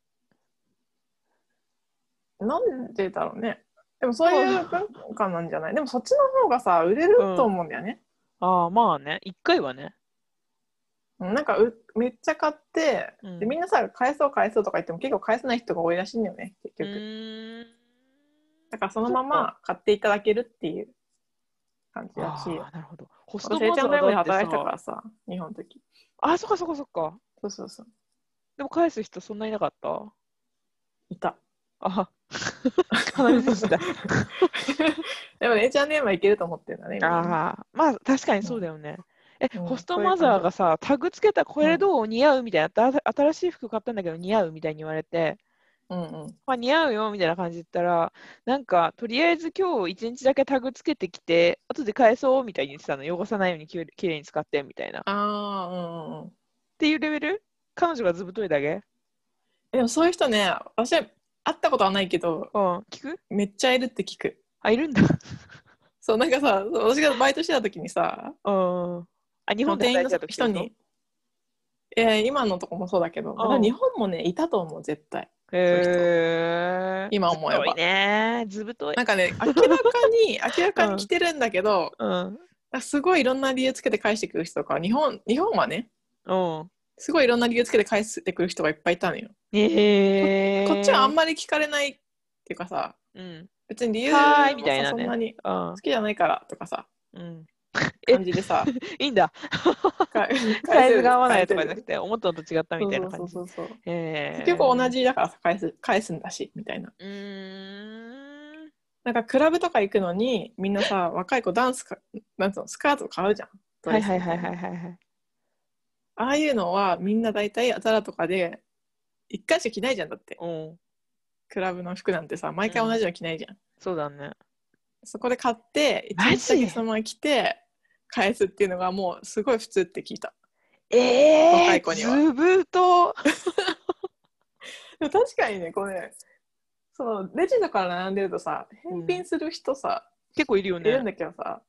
S2: なんでだろうね。でもそういう文化なんじゃないでもそっちの方がさ、売れると思うんだよね。
S1: ああ、まあね、一回はね。
S2: うんなんかうめっちゃ買って、
S1: うん
S2: でみんなさ、返そう返そうとか言っても結構返せない人が多いらしいんだよね、結
S1: う
S2: 局。
S1: ーん。
S2: だからそのまま買っていただけるっていう感じら
S1: あ
S2: しいよ
S1: あ、。なるほど。ホスト
S2: 私、ちゃんの
S1: マ
S2: よ
S1: ザ
S2: う
S1: ー
S2: に
S1: だって
S2: 働いてたか
S1: さ
S2: らさ、日本の時。
S1: あ、そっかそっかそっか。
S2: そうそうそう。
S1: でも返す人そんないなかった
S2: いた。
S1: あ鼻水した。
S2: でも、ね、H&M はいけると思ってるんだね。今
S1: ああ、まあ確かにそうだよね。え、
S2: うん
S1: ホストマザーがさ、タグつけたこれどう似合うみたいな、た新しい服買ったんだけど似合うみたいに言われて、
S2: うんうん。
S1: まあ、似合うよみたいな感じで言ったら、なんかとりあえず今日一日だけタグつけてきて、後で返そうみたいに言ってたの、汚さないようにきれきれいに使ってみたいな。っ
S2: ああ、うんうんうん。
S1: ていうレベル彼女がずぶといだけうん、
S2: でもそういう人ね、私は会ったことはないけど、
S1: 聞く
S2: めっちゃいるって聞く。
S1: あ、いるんだ。
S2: そう、なんかさ、私がバイトしてた時にさ、
S1: うん。あ、日本で
S2: 店
S1: 働
S2: 員
S1: い
S2: の
S1: てた時って
S2: 人
S1: こと
S2: に、えー、今のとこもそうだけど、
S1: うん
S2: まだ日本もね、いたと思う、絶対。
S1: へえ。
S2: 今思えば
S1: ずぶといね。ずぶとい
S2: な。んかね、 明らかに、明らかに来てるんだけど、
S1: うん。
S2: すごいいろんな理由つけて返してくる人とか日本日本はね
S1: うん。
S2: すごいいろんな理由つけて返してくる人がいっぱいいたのよ、
S1: ええ。
S2: こっちはあんまり聞かれないっていうかさ
S1: うん。
S2: 別に理由
S1: は
S2: も
S1: ーいみたいなね
S2: さそんなに
S1: うん
S2: 好。きじゃないからとかさ
S1: うん。え
S2: 感じ でさ
S1: いいんだ。 サ
S2: かサ
S1: イズが合わないとかじゃなくて、思ったのと違ったみたいな
S2: そ
S1: 感
S2: う
S1: じ
S2: そ。うそうそう
S1: ええ。
S2: 結局同。じだからさ返す返すんだしみたいな
S1: うーん。
S2: なんかクラブとか行くのにみんな さ若い子ダンスかなんつうのスカート買うじゃん
S1: はいはいはいはいいはいはい。
S2: ああいうのはみんな大体あざらとかで一回しか着ないじゃんだって
S1: うん。
S2: クラブの服なんてさ毎回同じの着ないじゃん
S1: そうだね。
S2: そこで買って、一
S1: マジ
S2: 日だけそのまま来て、返すっていうのがもうすごい普通って聞いた。
S1: え
S2: 若
S1: え
S2: い子には
S1: ずぶと。
S2: でも確かにね、これ、そのレジとか並んでるとさ、返品する人さ、
S1: 結構いるよ
S2: いるん
S1: ね。
S2: だけどさ、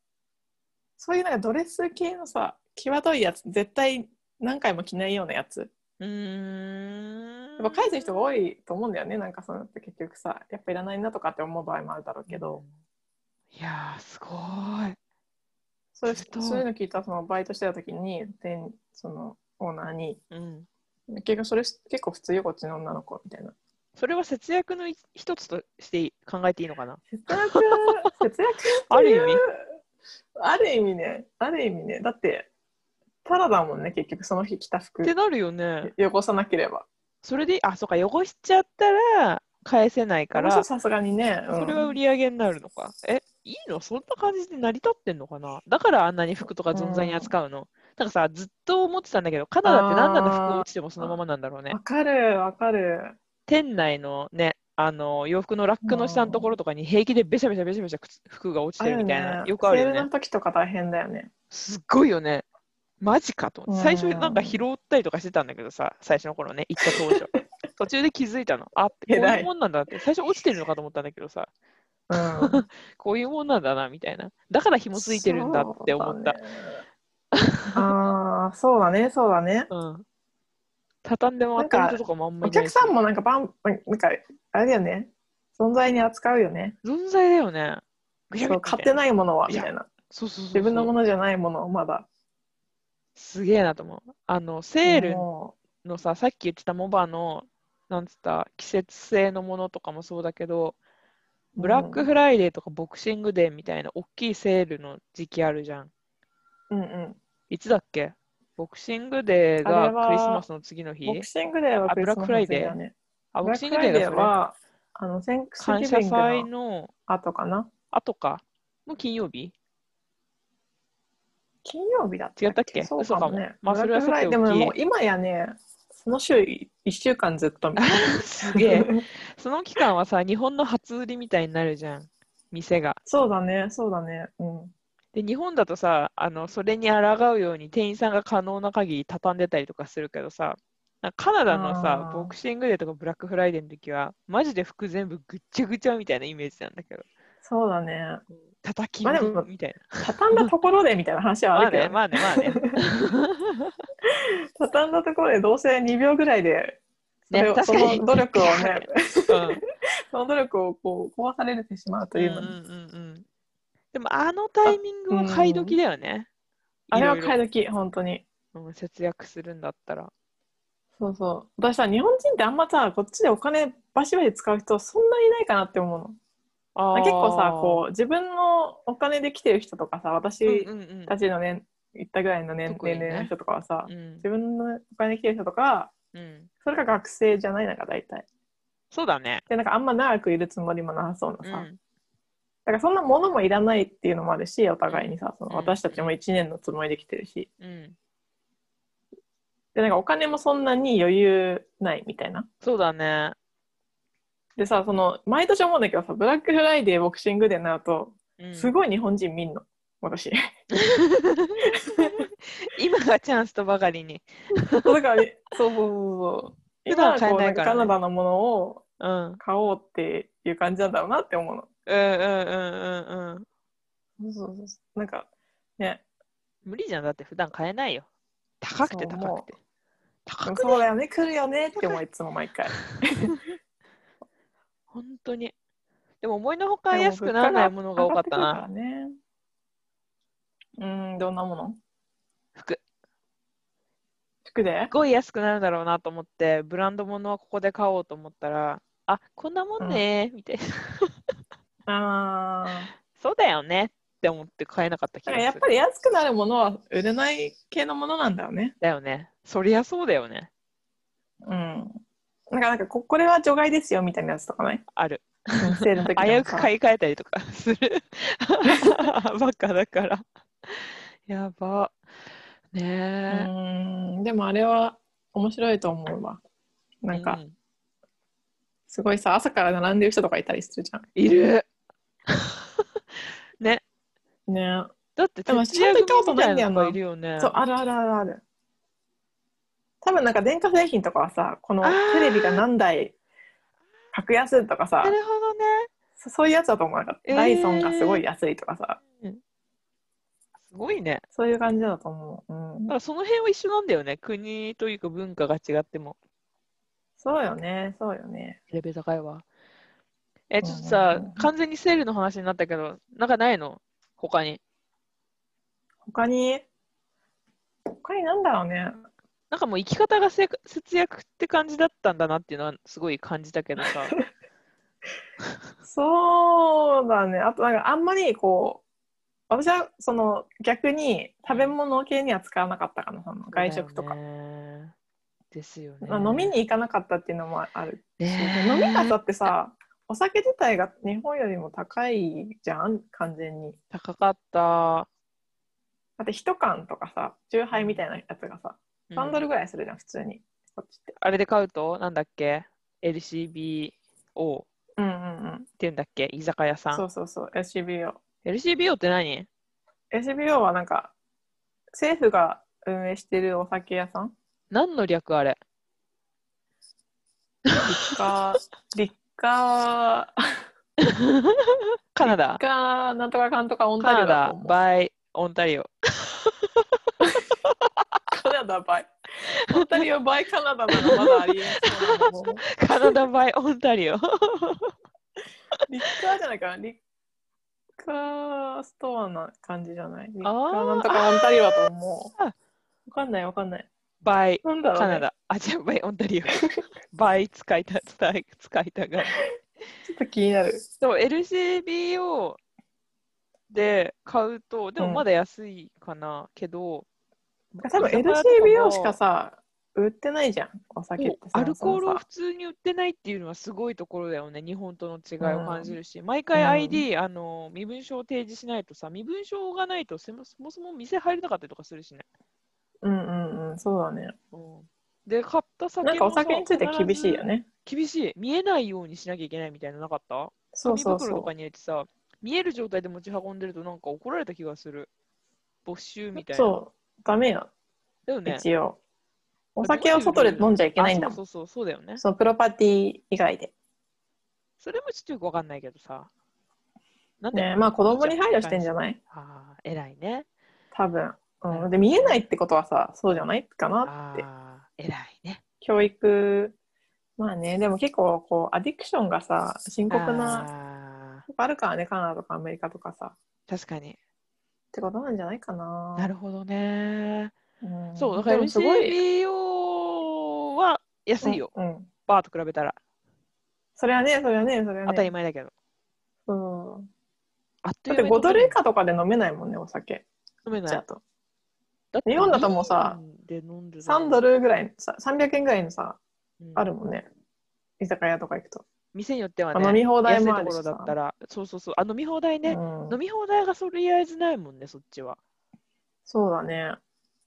S2: そういうなんかドレス系のさ、際どいやつ、絶対何回も着ないようなやつ。
S1: うーん。
S2: やっぱ返す人が多いと思うんだよね、なんかそのって結局さ、やっぱいらないなとかって思う場合もあるだろうけど、
S1: うん。いやー、すごーい。
S2: そういう
S1: ずっと
S2: そういうの聞いたそのバイトしてた時に、店そのオーナーに、
S1: うん。
S2: 結局それ結構普通よ、こっちの女の子みたいな。
S1: それは節約のい一つとして考えていいのかな
S2: 節約節約
S1: ある意味
S2: ある意味ねある意味ねだってただだもんね結局その日着た服
S1: ってなるよね。
S2: 汚さなければ
S1: それで、あ、そうか、汚しちゃったら返せないか、
S2: からら
S1: そ
S2: さすがにね、うん
S1: れは売り上げになるのか。え、いいのそんな感じで成り立ってんのかなだからあんなに服とか存在に扱うの。なんかさ、ずっと思ってたんだけど、カナダってなんなら服落ちてもそのままなんだろうね
S2: わ。かるわかる
S1: 店内のね、あの洋服のラックの下のところとかに平気でべしゃべしゃべしゃべしゃ靴服が落ちてるみたいな、よくあるよ
S2: セール
S1: ね
S2: の。時とか大変だよね
S1: すっごいよね。マジかと思って。最初
S2: うん
S1: なんか拾ったりとかしてたんだけどさ、最初の頃ね、行った当 初。途中で気づいたの。あって、こう
S2: 偉い
S1: いうもんなんだって。最初落ちてるのかと思ったんだけどさ、
S2: うん
S1: こういうもんなんだな、みたいな。だから紐ついてるんだって思った。
S2: そうだねああそうだねそうだね
S1: うん。畳んで回ってる人とかもあんま
S2: お
S1: りいな
S2: 客
S1: いし
S2: さんもなんかバンなんかあれだよね存在に扱うよね
S1: 存在だよね。ぐしゃぐ
S2: そ
S1: しゃ
S2: う買ってないものはみたいな
S1: そうそうそうそう。
S2: 自分のものじゃないものをまだ
S1: すげえなと思う。あの、セール
S2: も
S1: のさ、さっき言ってたモバの、なんつった、季節性のものとかもそうだけど、
S2: う
S1: ブラックフライデーとかボクシングデーみたいな大きいセールの時期あるじゃん。
S2: うんうん
S1: いつだっけボクシングデー
S2: あ
S1: が
S2: れは
S1: クリスマスの次の日
S2: ボクシングデーは
S1: あブラックフライデー
S2: クリスマスだよね
S1: あ、
S2: ブ
S1: ボ
S2: ラ
S1: ク
S2: ッ
S1: シ
S2: ク
S1: ン
S2: フ
S1: グ
S2: ラ
S1: デ
S2: イ
S1: ー
S2: デ
S1: が
S2: ー
S1: それ
S2: はあのセンクスギ
S1: 感
S2: ビ
S1: 謝
S2: ング
S1: 祭
S2: の
S1: の
S2: 後かな
S1: 後か。もう金曜日
S2: 金曜日だった
S1: 違ったっけ
S2: そうかもね
S1: 嘘かもまあそ
S2: ブ
S1: れ
S2: ラ
S1: は
S2: ックフライデー
S1: さ
S2: で
S1: ておき
S2: ももう今やねその週1週間ずっと見て
S1: すげえ。その期間はさ、日本の初売りみたいになるじゃん。店が。
S2: そうだねそうだねうん
S1: で、日本だとさ、あの、それに抗うように店員さんが可能な限り畳んでたりとかするけどさ、なんかカナダのさ、
S2: あー
S1: ボクシングデーとかブラックフライデーの時は、マジで服全部ぐっちゃぐちゃみたいなイメージなんだけど。
S2: そうだね
S1: 叩き
S2: まあで
S1: 売り
S2: も
S1: みたい
S2: 畳んだところでみたいな話
S1: な。
S2: は
S1: ま
S2: あ
S1: あ
S2: るけ
S1: ね、
S2: ど、
S1: まあね、まあね。
S2: 畳んだところでどうせ2秒ぐらいでそれ
S1: ね、
S2: を
S1: 確
S2: そ
S1: かに。
S2: の努力をね、
S1: うん
S2: その努力をこう壊されてしまうというの、
S1: んんうんうんでもあのタイミングは買い時だよね。
S2: あれは
S1: ろ
S2: い
S1: いろ
S2: 買い時本当に
S1: うん節約するんだったら。
S2: そうそう私さ日本人ってあんまさこっちでお金バシバシ使う人そんなにいないかなって思うの
S1: あ
S2: 結構さこう自分のお金で来てる人とかさ
S1: う
S2: 私
S1: んうんうん
S2: たちの年、行ったぐらいの年
S1: 特に
S2: 年
S1: ね
S2: 齢の人とかはさ、
S1: うん
S2: 自分のお金で来てる人とか
S1: うん
S2: それが学生じゃないなんか大体
S1: そうだね。
S2: でなんかあんま長くいるつもりもなさそうな
S1: う
S2: さ、だ
S1: ん
S2: からそんなものもいらないっていうのもあるしお互いにさその
S1: うん
S2: 私たちも1年のつもりで来てるし
S1: うん
S2: でなんかお金もそんなに余裕ないみたいな
S1: そうだね。
S2: でさその毎年思うんだけどさブラックフライデーボクシングデーになるとす
S1: い。
S2: ごい日本人見んの 私
S1: 今がチャンスとばかりに。
S2: だからねそうそうそうそう
S1: 普
S2: 今
S1: 段
S2: はこ
S1: 買え
S2: うな
S1: なんいか
S2: か
S1: ら
S2: カ
S1: ね
S2: ナダのもの
S1: うん。
S2: を
S1: うん
S2: 買おうっていう感じなんだろうなって思うの
S1: うんうんうんうん。
S2: そうそうそうなんかね
S1: 無理じゃん。だって普段買えないよ。高くて
S2: そう
S1: 高
S2: も
S1: く
S2: う
S1: て。高く
S2: そうだよね来るよねって思ういつも毎回
S1: 本当に。でも思いのほか安くならないものが多かったな。
S2: 上がってくるからねうーんどんなもの
S1: 服。
S2: 服です
S1: ごい安くなるだろうなと思って、ブランド物はここで買おうと思ったら、あこんなもんね、みたいな。
S2: ああ
S1: そうだよねって思って買えなかった気
S2: だ
S1: が
S2: か
S1: す
S2: ら
S1: る。
S2: やっぱり安くなるものは売れない系のものなんだよね。
S1: だよね。そりゃそうだよね。
S2: うん。なんかなんかここれは除外ですよみたいなやつとかない。
S1: ある。
S2: セールの 時
S1: 危うく
S2: い。
S1: 買い替えたりとか する。バカだから。やば。
S2: う
S1: ね
S2: ーん。でもあれは面白いと思うわ。
S1: え。
S2: なん
S1: う
S2: かすごいさ朝から並んでる人とかいたりするじゃ
S1: いる。
S2: ん。ね。
S1: だって、
S2: でも
S1: 徹夜
S2: ちゃんと行ったこと
S1: 組みた
S2: ないんだよな
S1: のがいるよね。
S2: そうあるあるあるある。多分なんか電化製品とかはさこの
S1: あー
S2: テレビが何台格安とかさ
S1: なるほどね。
S2: そそういうやつだと思うなんか、
S1: えー
S2: ダイソンがすごい安いとかさ
S1: すごいね。
S2: そういう感じだと思う。う
S1: だ
S2: ん
S1: か。らその辺は一緒なんだよね。国というか文化が違っても。
S2: そうよねそうよね。
S1: レベル高いわ。え、ちょっと
S2: う
S1: さ
S2: んうんうん、
S1: 完全にセールの話になったけど、なんかないの他に。
S2: 他に他になんだろうね
S1: なんかもう生き方がせ節約って感じだったんだなっていうのはすごい感じたけどさ。
S2: そうだねあとなんかあんまりこう私はその逆に食べ物系には使わなかったかなその 外食とか、
S1: そうだよね。ですよね。
S2: まあ飲みに行かなかったっていうのもあるし、
S1: ねえ
S2: 飲み方ってさお酒自体が日本よりも高いじゃん完全に
S1: 高かった。
S2: だって一缶とかさ酎ハイみたいなやつがさ
S1: うん
S2: 3ドルぐらいするじゃん普通にこっちって
S1: あれで買うと、なんだっけ ?LCBO っ
S2: うんうんうん
S1: ていうんだっけ居酒屋さ
S2: そ
S1: ん。
S2: うそうそう LCBO
S1: LCBO って何
S2: SBO はなんか政府が運営してるお酒屋さん
S1: 何の略あれ
S2: が立夏
S1: カナダ。
S2: がなんとかかんとかオン
S1: カ
S2: タリ
S1: ナ
S2: オだ
S1: ダ
S2: と、思う
S1: バイ、オンタリオ。
S2: カナダバイオンタリオバイカナダならまだありえそうなのも
S1: カナダバイ、オンタリオ。
S2: 立夏じゃないかな立夏ストアな感じじゃない立夏
S1: あー
S2: なんとかオンタリオだと思う
S1: あー
S2: わかんないわかんない
S1: バイ、
S2: なんだろう、
S1: カ
S2: ね、
S1: ナダ。あ、じゃあ、バイ、オンタリオ。バイ、使いた、使い使いたが。
S2: ちょっと気になる
S1: でも、LCBO で買うと、でも
S2: うん
S1: まだ安いかな、けど。
S2: 多分 LCBO しかさ売ってないじゃんお酒って
S1: もう
S2: さ
S1: アルコール
S2: そも
S1: を
S2: さ
S1: 普通に売ってないっていうのはすごいところだよね、日本との違いを感じるし、毎
S2: う
S1: 回
S2: ん
S1: ID、あの身分証を提示しないとさ、身分証がないとそもそもそも店入れなかったりとかするしね。
S2: うんうんうんそうだね
S1: うんで、買った酒も
S2: なんかお酒について厳しいよ
S1: ね。
S2: ね。
S1: 厳しい。見えないようにしなきゃいけないみたいなのなかった
S2: そうそ
S1: 紙
S2: う
S1: 袋
S2: そ
S1: とか
S2: う。
S1: に入れてさ、見える状態で持ち運んでるとなんか怒られた気がする。没収みたいな。
S2: そう、ダメよ、
S1: だよね。
S2: 一応。お酒を外で飲んじゃいけないんだもん。
S1: あそうそうそう、そうだよね。
S2: そのプロパティ以外で。
S1: それもちょっとよくわかんないけどさ。なんで
S2: ね、まあ子供に配慮してんじゃ
S1: ん。
S2: ない
S1: ああ、偉いね。
S2: 多分。うん、で見えないってことはさそうじゃないかなっ
S1: あ
S2: て
S1: あ、偉いね。
S2: 教育まあねでも結構こうアディクションがさ深刻な
S1: な
S2: あるからねカナダとかアメリカとかさっ
S1: 確かに
S2: てことなんじゃないかな
S1: なるほどね
S2: うん
S1: そうだから
S2: でもすごい
S1: LCBO は安いよ、
S2: うんうん
S1: バーと比べたら
S2: それはねそれはねそれはね
S1: 当たり前だけど
S2: うん、
S1: あっと
S2: だ
S1: い
S2: っ
S1: う間に
S2: て5ドル以下とかで飲めないもんねお酒
S1: 飲め
S2: じ
S1: な
S2: ゃあ
S1: い
S2: と
S1: だって
S2: 日本だともうさ
S1: ビールで飲んでたら
S2: 3ドルぐらいさ300円ぐらいのさ
S1: うん
S2: あるもんね居酒屋とか行くと、
S1: 店によっては
S2: あ
S1: ね
S2: 飲み放題もあ
S1: 安い
S2: る
S1: とこ
S2: し
S1: ろ
S2: さ
S1: だったらそうそうそうあ飲み放題ね、
S2: う
S1: 飲
S2: ん、
S1: み放題がとりあえずないもんねそっちは
S2: そうだね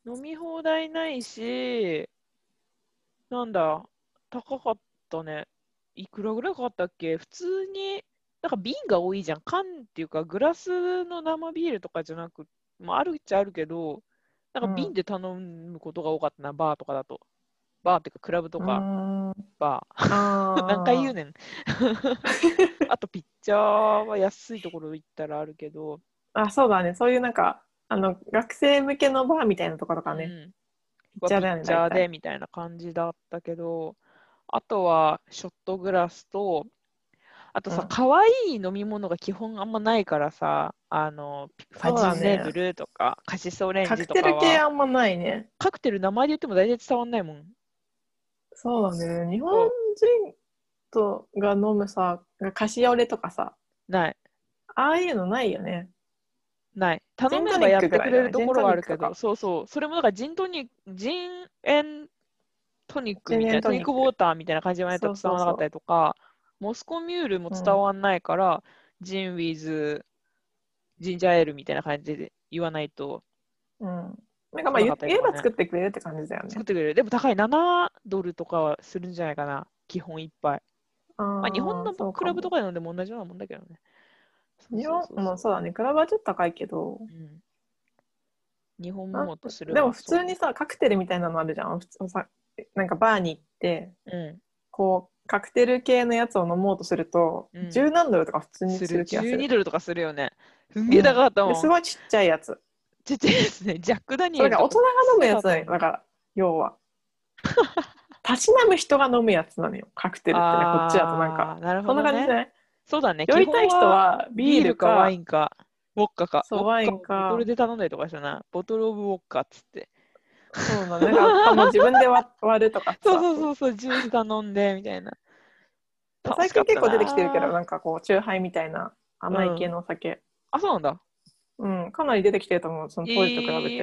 S1: 飲み放題ないし、なんだ、高かったね。いくらぐらいかかったっけ普通に、なんか瓶が多いじゃん。缶っていうか、グラスの生ビールとかじゃなく、まあ、あるっちゃあるけど、なん
S2: う
S1: か
S2: ん
S1: 瓶で頼むことが多かったな、バーとかだと。バーっていうか、クラブと
S2: う
S1: か、
S2: ん
S1: バー。
S2: あ ー
S1: 何回言うねん。あと、ピッチャーは安いところ行ったらあるけど、
S2: あそうだねそういうなんかあの学生向けのバーみたいなところとか
S1: う
S2: ね、
S1: ん
S2: ピッチャーだよね
S1: ピッチャー
S2: 大
S1: でみたいな感じだったけど、あとはショットグラスと、あと
S2: う
S1: さ
S2: ん、
S1: 可愛、い飲み物が基本あんまないからさ、あのピフ
S2: そう
S1: ァ
S2: だ
S1: ジ
S2: ね
S1: ーネブルーとか、カシスオレン
S2: カ
S1: ジ
S2: ク
S1: と
S2: テ
S1: か
S2: ル系
S1: は、
S2: あんまないね
S1: カクテル生で言っても大体伝わんないもん。
S2: そうだね日本人とが飲むさカシオレとかさ
S1: ない、
S2: ああいうのないよね
S1: ない。頼め
S2: ジン
S1: ば
S2: トニ
S1: や
S2: ッ
S1: って
S2: ク
S1: く
S2: ぐらいだね
S1: れるところはあるけ
S2: ジントニックと
S1: ど、
S2: か
S1: そうそう、それもなんかジントニック、ジンエントニックみたい
S2: ジンエ
S1: な、
S2: ント
S1: ト
S2: ニ
S1: ニ
S2: ッ
S1: ッ
S2: ク
S1: クウォーターみたいな感じじゃないと伝わらなかったりとか、モスコミュールも伝わんないから、ジンウィズ、ジンジャーエールみたいな感じで言わないと
S2: うんなんかまあ
S1: そうだ
S2: 言,、
S1: ったよね
S2: 言えば作ってくれるって感じだよね
S1: 作ってくれる。でも高い7ドルとかはするんじゃないかな、基本いっぱい。
S2: あー
S1: まあ、日本の
S2: そう
S1: クラブと
S2: か
S1: かで飲んでも同じようなもんだけどね。
S2: も日本もそうだねクラブはちょっと高いけど
S1: うん日本
S2: あ
S1: もとする
S2: で
S1: わ
S2: も普
S1: そう
S2: 通にさカクテルみたいなのあるじゃん普通さなんかバーに行って
S1: うん
S2: こうカクテル系のやつを飲もうとすると、
S1: うん
S2: 十何ドルとか普通に
S1: す
S2: す
S1: る
S2: る気がする
S1: 12ドルとかするよね。すんげえ高かったもん。
S2: ですごいちっちゃいやつ
S1: ちっちゃいですね。ジャック・ダニ
S2: そ
S1: エ
S2: れ
S1: ル
S2: が大
S1: と
S2: 人
S1: か。
S2: が飲むやつだよだから要はたしなむ人が飲むやつなのよカクテルってねこっちだとなんか
S1: あーなる
S2: そ
S1: ほ
S2: ん
S1: ど、
S2: な
S1: ね。
S2: 感じじゃない
S1: そうだね。
S2: 酔いたい人
S1: 基
S2: は
S1: 本は
S2: ビールか
S1: ワインか、ウォッカか。
S2: そう
S1: ウォッカ
S2: ワインか
S1: ボトルで頼んだりとかしたな。ボトル・オブ・ウォッカっつって。
S2: そうだねなんかもう自分で割割るとかさ
S1: そうそうそうそう、ジュース頼んでみたいな。
S2: 最近結構出てきてるけど
S1: な。
S2: なんかこうチューハイみたいな甘い系のお酒、
S1: あ、そうなんだ。
S2: うんかなり出てきてると思うその当時と比べて、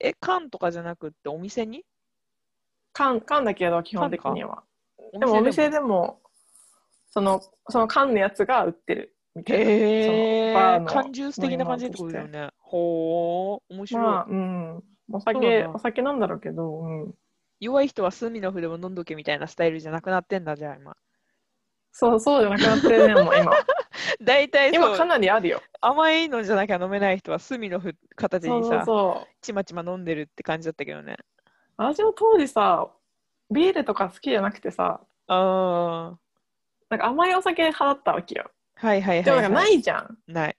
S1: えーえ、缶とかじゃなくってお店に
S2: 缶缶だけど基本的には
S1: お
S2: でもお店でもそのその缶のやつが売ってるみたいな、
S1: へ
S2: そのバー
S1: ー、
S2: の
S1: 缶ジュース的な感じってことだよね。ほー、面白い。
S2: まあうんお
S1: そうな
S2: 酒
S1: んだ
S2: お酒なんだろうけど、うん、
S1: 弱い人はスミノフでも飲んどけみたいなスタイルじゃなくなってんだ、じゃあ今。
S2: そうそうじゃなくなってるねもう今
S1: 大体そう
S2: 今かなりあるよ
S1: 甘いのじゃなきゃ飲めない人はスミノフ形
S2: そ
S1: に
S2: う
S1: さ
S2: そうそう
S1: ちまちま飲んでるって感じだったけどね
S2: 私も当時さビールとか好きじゃなくてさ
S1: あ
S2: なんか甘いお酒派だったわけよ
S1: ーはいはいはい、はい、
S2: でもなんかないいじゃん、
S1: ない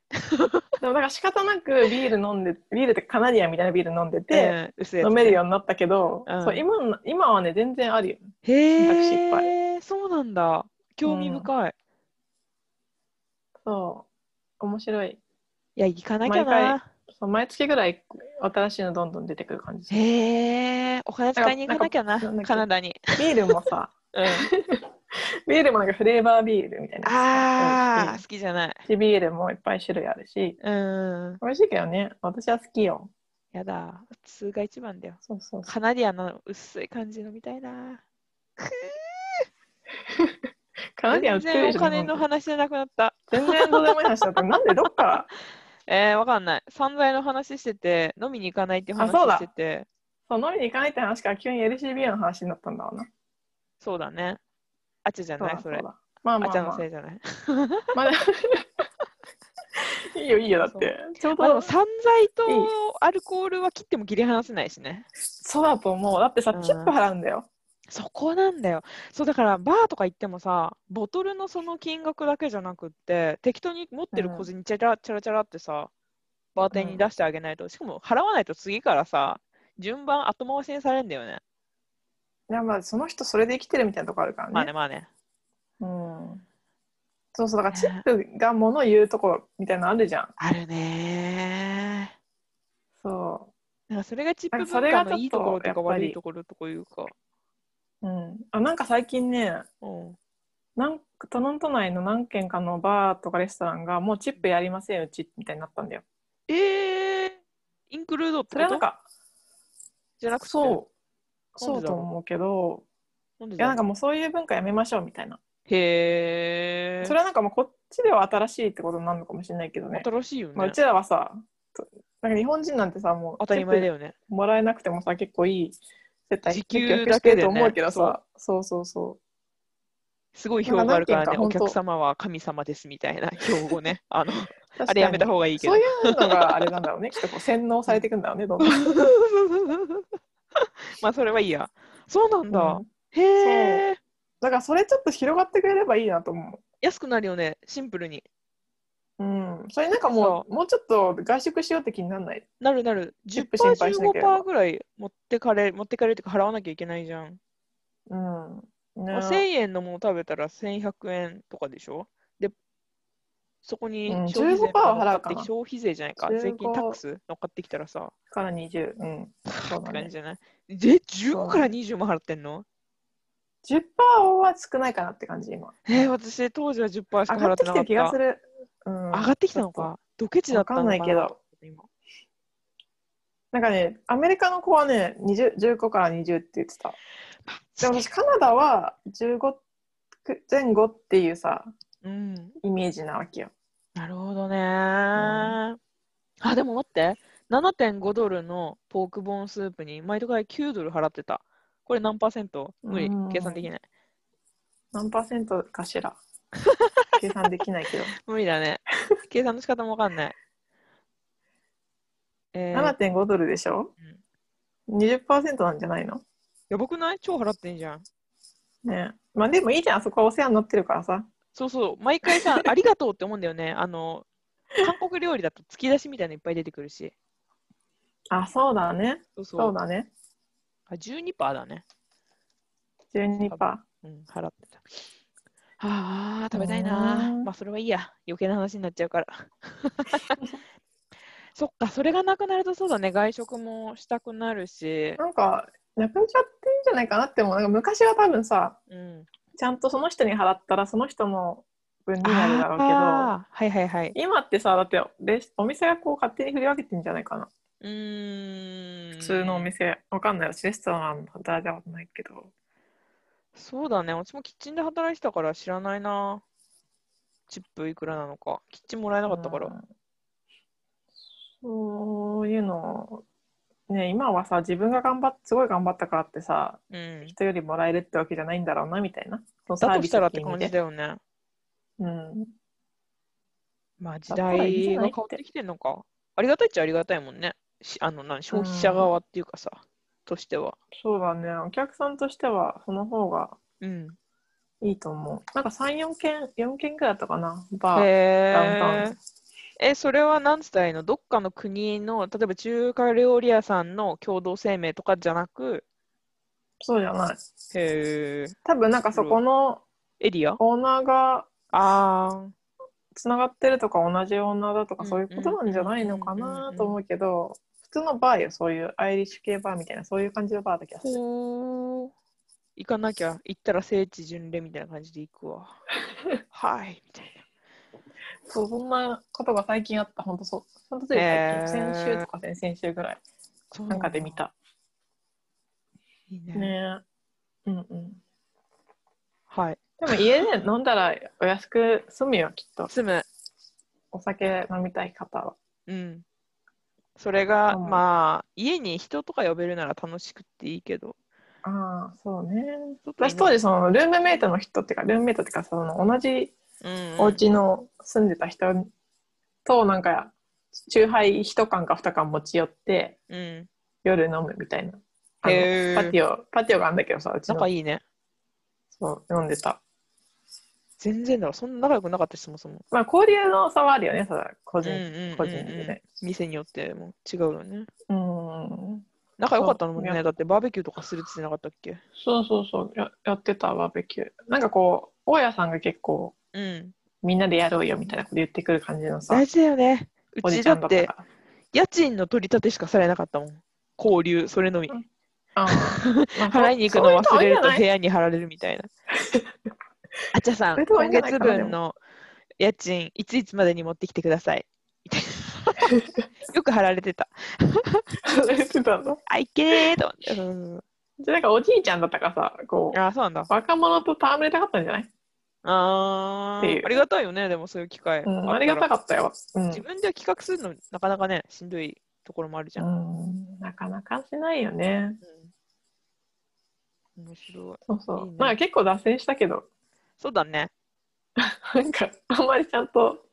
S2: でもだから仕方なくビール飲んでビールってカナディアンみたいなビール飲んでて、
S1: うん薄いやつ
S2: 飲
S1: ね
S2: めるようになったけど、
S1: うん
S2: そう今の今はね全然あるよ選択肢いっぱ
S1: へえそうなんだ興味深い、い
S2: そう面白い
S1: や行かなきゃ
S2: 毎
S1: な
S2: そう毎月ぐらい新しいのどんどん出てくる感じビ
S1: へえお金使いに行かなきゃな
S2: なんかなんだっけ
S1: カナダに、
S2: ールも さ
S1: うん、
S2: ビールもなんかフレーバービールみたいな
S1: あ
S2: やつも
S1: あ
S2: る
S1: 好きじゃない
S2: しビールもいっぱい種類あるし
S1: うん
S2: 美味しいけどね私は好きよ
S1: やだ普通が一番だよ
S2: そうそうそう
S1: カナディアンの薄い感じ飲みたいな
S2: カナディアン売
S1: 全
S2: っ
S1: 然お
S2: てるでしょ
S1: 金の
S2: 日本
S1: 話じゃなくなった
S2: 全然どうでもいい話だったなんでどっから
S1: えー、わかんない。散財の話してて、飲みに行かないっていう話
S2: あそうだ
S1: してて、
S2: そう飲みに行かないって話から急に LCBO の話になったんだろうな
S1: そうだね。あちゃじゃ
S2: そう
S1: な
S2: だ
S1: い、それ
S2: う。だまあま
S1: あ
S2: あ
S1: ち
S2: ま
S1: ゃ
S2: あ
S1: のせいじゃない。
S2: まだ いいよいいよだってちょう
S1: まあで
S2: ど
S1: も、散財と
S2: いい
S1: アルコールは切っても切り離せないしね。
S2: そうだと思うだってさ
S1: うん
S2: チップ払うんだよ
S1: そこなんだよ。そうだから、バーとか行ってもさ、ボトルのその金額だけじゃなくって、適当に持ってる小銭チャラチャラチャラってさ、バーテンに出してあげないと、しかも払わないと次からさ、順番後回しにされるんだよね。
S2: いやまあその人それで生きてるみたいなとこあるからね。
S1: まあねまあね。
S2: うん、そうそうだからチップがもの言うとこみたいなのあるじゃん。
S1: あるね
S2: そ
S1: ー。なんかそれがチップ
S2: なん
S1: 文
S2: かそれが
S1: 化のいいところ
S2: ちょ
S1: と
S2: っと
S1: か
S2: やっぱり
S1: 悪いところとかいうか。
S2: う、うん、あなんか最近ね
S1: うん。
S2: なんトロント内の何軒かのバーとかレストランがもうチップやりませんうちみたいになったんだよ。
S1: えー、インクルードって
S2: それはなんか
S1: じゃなくて。
S2: そう
S1: な
S2: そ
S1: ん
S2: う
S1: で
S2: と
S1: だろう
S2: 思うけど
S1: なんで
S2: いや
S1: だろう
S2: な
S1: ん
S2: かもうそういう文化やめましょうみたいな。
S1: へえ。
S2: それはなんかもうこっちでは新しいってことになるのかもしれないけどね。
S1: 新しいよね。
S2: まあ、うちらはさとなんか日本人なんてさもう
S1: 当たり前だよね。
S2: もらえなくてもさ結構いい接待
S1: 時給だ
S2: し
S1: け
S2: て
S1: でね
S2: ると思うけどさ、そうそうそう
S1: すごい票があるからね、
S2: なんかな
S1: お
S2: んていうか
S1: 客様は神様ですみたいな標語 ね。あの、
S2: 確か
S1: あ
S2: に
S1: れやめた方がいいけど
S2: そうい。うのがあれなんだろうねきっとこう洗脳されていくんだろうねどんどん、
S1: まあ、それはいいや。そうなんだ。
S2: うん
S1: へえ。
S2: だからそれちょっと広がってくれればいいなと思
S1: 安くなるよね、シンプルに。
S2: ううんそれなんかもうもうちょっと外食しようって気にならない
S1: なるなる。
S2: チ
S1: 10%、
S2: ップ心配しなければ
S1: 15%ぐらい持ってかれ、持ってかれるっていうか払わなきゃいけないじゃん。
S2: うん
S1: まあ、1000
S2: ね
S1: 円のもの食べたら1100円とかでしょで、そこに
S2: うん
S1: 消費税
S2: 15%は
S1: 乗っって
S2: 払うかな
S1: 消費税じゃないか、税金
S2: 15
S1: タックス乗っかってきたらさ、
S2: から20うんそう
S1: って感
S2: だね
S1: じじゃないえ、15から20も払ってんの
S2: 10%は少ないかなって感じ今
S1: えー、私当時は10%しか
S2: 上が
S1: 払っ
S2: って
S1: て
S2: き
S1: なか
S2: て
S1: った。
S2: る気がする、うん、
S1: 上がってきたのか。ドケチだったのか
S2: わかんないけど。
S1: 今
S2: なんかねアメリカの子はね20 15から20って言ってたでも私カナダは15く前後っていうさ
S1: うん。
S2: イメージなわけよ。
S1: なるほどね、あ、でも待って。7.5ドルのポークボーンスープに毎回9ドル払ってた。これ何パーセント無理
S2: うん。
S1: 計算できない。
S2: 何パーセント かしら計算できないけど。
S1: 無理だ ね。計算の仕方もわかんない。えー、
S2: 7.5ドルでしょ、?20% なんじゃないの
S1: やばくない超払ってんじゃん。
S2: ねえまあでもいいじゃん、あそこはお世話になってるからさ。
S1: そうそう。毎回 さ、ありがとうって思うんだよね。あの、韓国料理だと突き出しみたいなのいっぱい出てくるし。
S2: あ、そうだね。
S1: そうそう。
S2: そうだね。
S1: あ、12%だね。
S2: 12%。
S1: うん、払ってた。ああ、食べたいな
S2: う
S1: ー。
S2: ん
S1: まあ、それはいいや。余計な話になっちゃうから。 そっか、それがなくなるとそうだね。外食もしたくなるし。
S2: なんか、なくなっちゃっていいんじゃないかなって思う。なんか昔は多分さ、
S1: うん。
S2: ちゃんとその人に払ったらその人の分になるだろうけど、
S1: あーはいはいはい。
S2: 今ってさ、だってレシお店がこう勝手に振り分けてんじゃないかな。
S1: うーん。
S2: 普通のお。店、わかんない私レストランの働いたことないけど
S1: そうだね。私もキッチンで働いてたから知らないな。チップいくらなのか。キッチンもらえなかったから。
S2: うんそういうのね今はさ自分が頑張っすごい頑張ったからってさ
S1: うん。
S2: 人よりもらえるってわけじゃないんだろうなみたいなそのサ
S1: だ
S2: ー
S1: と
S2: ビ
S1: し
S2: ス
S1: たらっ
S2: い
S1: て
S2: う意味
S1: 感
S2: で
S1: じだよね。
S2: うん、
S1: まあ時
S2: ったらいいんじ
S1: 代
S2: ゃ
S1: が
S2: ない
S1: 変わってきてんのか。ありがたいっちゃありがたいもんね。しあのなん消費者
S2: うん
S1: 側っていうかさ、としては。
S2: そうだねお客さんとしてはその方が
S1: うん。
S2: いいと思うなんか34件4件ぐらいだったかなバーダウンタ
S1: へ
S2: ウン
S1: え。え、それは何つったらいいのどっかの国の、例えば中華料理屋さんの共同声明とかじゃなく、
S2: そうじゃない
S1: へえ。
S2: 多分なんかそこの
S1: エリア
S2: オーナーが
S1: ああ。
S2: つながってるとか同じ女だとか
S1: うん
S2: そういうことなんじゃないのかなと思うけど普通のバーよそういうアイリッシュ系バーみたいなそういう感じのバーだけど
S1: ほう。行かなきゃ、行ったら聖地巡礼みたいな感じで行く わ。はい。みたいな。
S2: そうそんなことが最近あった本当そう本当つい最近、
S1: へー
S2: 先週とか先々週ぐらい
S1: そう
S2: なんかで見。た
S1: いいね。
S2: ねえうんうん
S1: はい。
S2: でも家で飲んだらお安く済むよきっと
S1: 住む。
S2: お酒飲みたい方は
S1: うん。それが、
S2: うん
S1: まあ、家に人とか呼べるなら楽しくっていいけど。
S2: ああそうね
S1: ちょっと
S2: 私当時そのルームメイトの人っていうかルームメイトっていうかその同じ
S1: うん、
S2: お家の住んでた人となんかチューハイ1缶か2缶持ち寄って
S1: うん。
S2: 夜飲むみたいなあの
S1: へー
S2: パティオパティオがあるんだけどさうち
S1: 仲
S2: の
S1: いいね。
S2: そう飲んでた、
S1: 全然だわ。そんな仲良くなかったし、そもそも。
S2: まあ、交流の差はあるよねただ個
S1: うん
S2: 人、
S1: うんうんうん
S2: 個人でね
S1: 店によっても違うよね。
S2: うん
S1: 仲良かったのも
S2: そうい
S1: ね、だってバーベキューとかするって言ってなかったっけ
S2: そうそうそうややってたバーベキューなんかこう大家さんが結構
S1: うん。
S2: みんなでやろうよみたいなこと言ってくる感じのさ
S1: 大事だよね。
S2: お
S1: う
S2: じ
S1: ち
S2: ち
S1: だ
S2: ゃんだ
S1: っ
S2: った
S1: て
S2: から
S1: 家賃の取り立てしかされなかったもん。交流、それのみ。
S2: あーま あ
S1: 払いに行くの忘れると
S2: そういうの多
S1: 部
S2: いんじゃない
S1: 屋に貼られるみたいな。 あっちゃさ
S2: そ
S1: ん、
S2: れともいい
S1: 今
S2: んじゃないか
S1: 月
S2: な
S1: 分の家賃、いついつまでに持ってきてくださ い。みたいなよく貼られてた。
S2: 忘れて たの
S1: あいけーと思ってそうそうそう
S2: じゃあなんかおじいちゃんだったからさこう
S1: あー、そうなんだ。
S2: 若者と戯れたかったんじゃない、
S1: あ
S2: っていう
S1: ーありがたいよね、でもそういう機会。
S2: うん、ありがた
S1: ったら
S2: かったよ、うん
S1: 自分で企画するの、なかなかね、しんどいところもあるじゃん。
S2: うん、なかなかしないよね
S1: うん面白い。
S2: そうそう
S1: いいね
S2: なんか結構脱線したけど
S1: そうだね。
S2: なんかあんまりちゃんと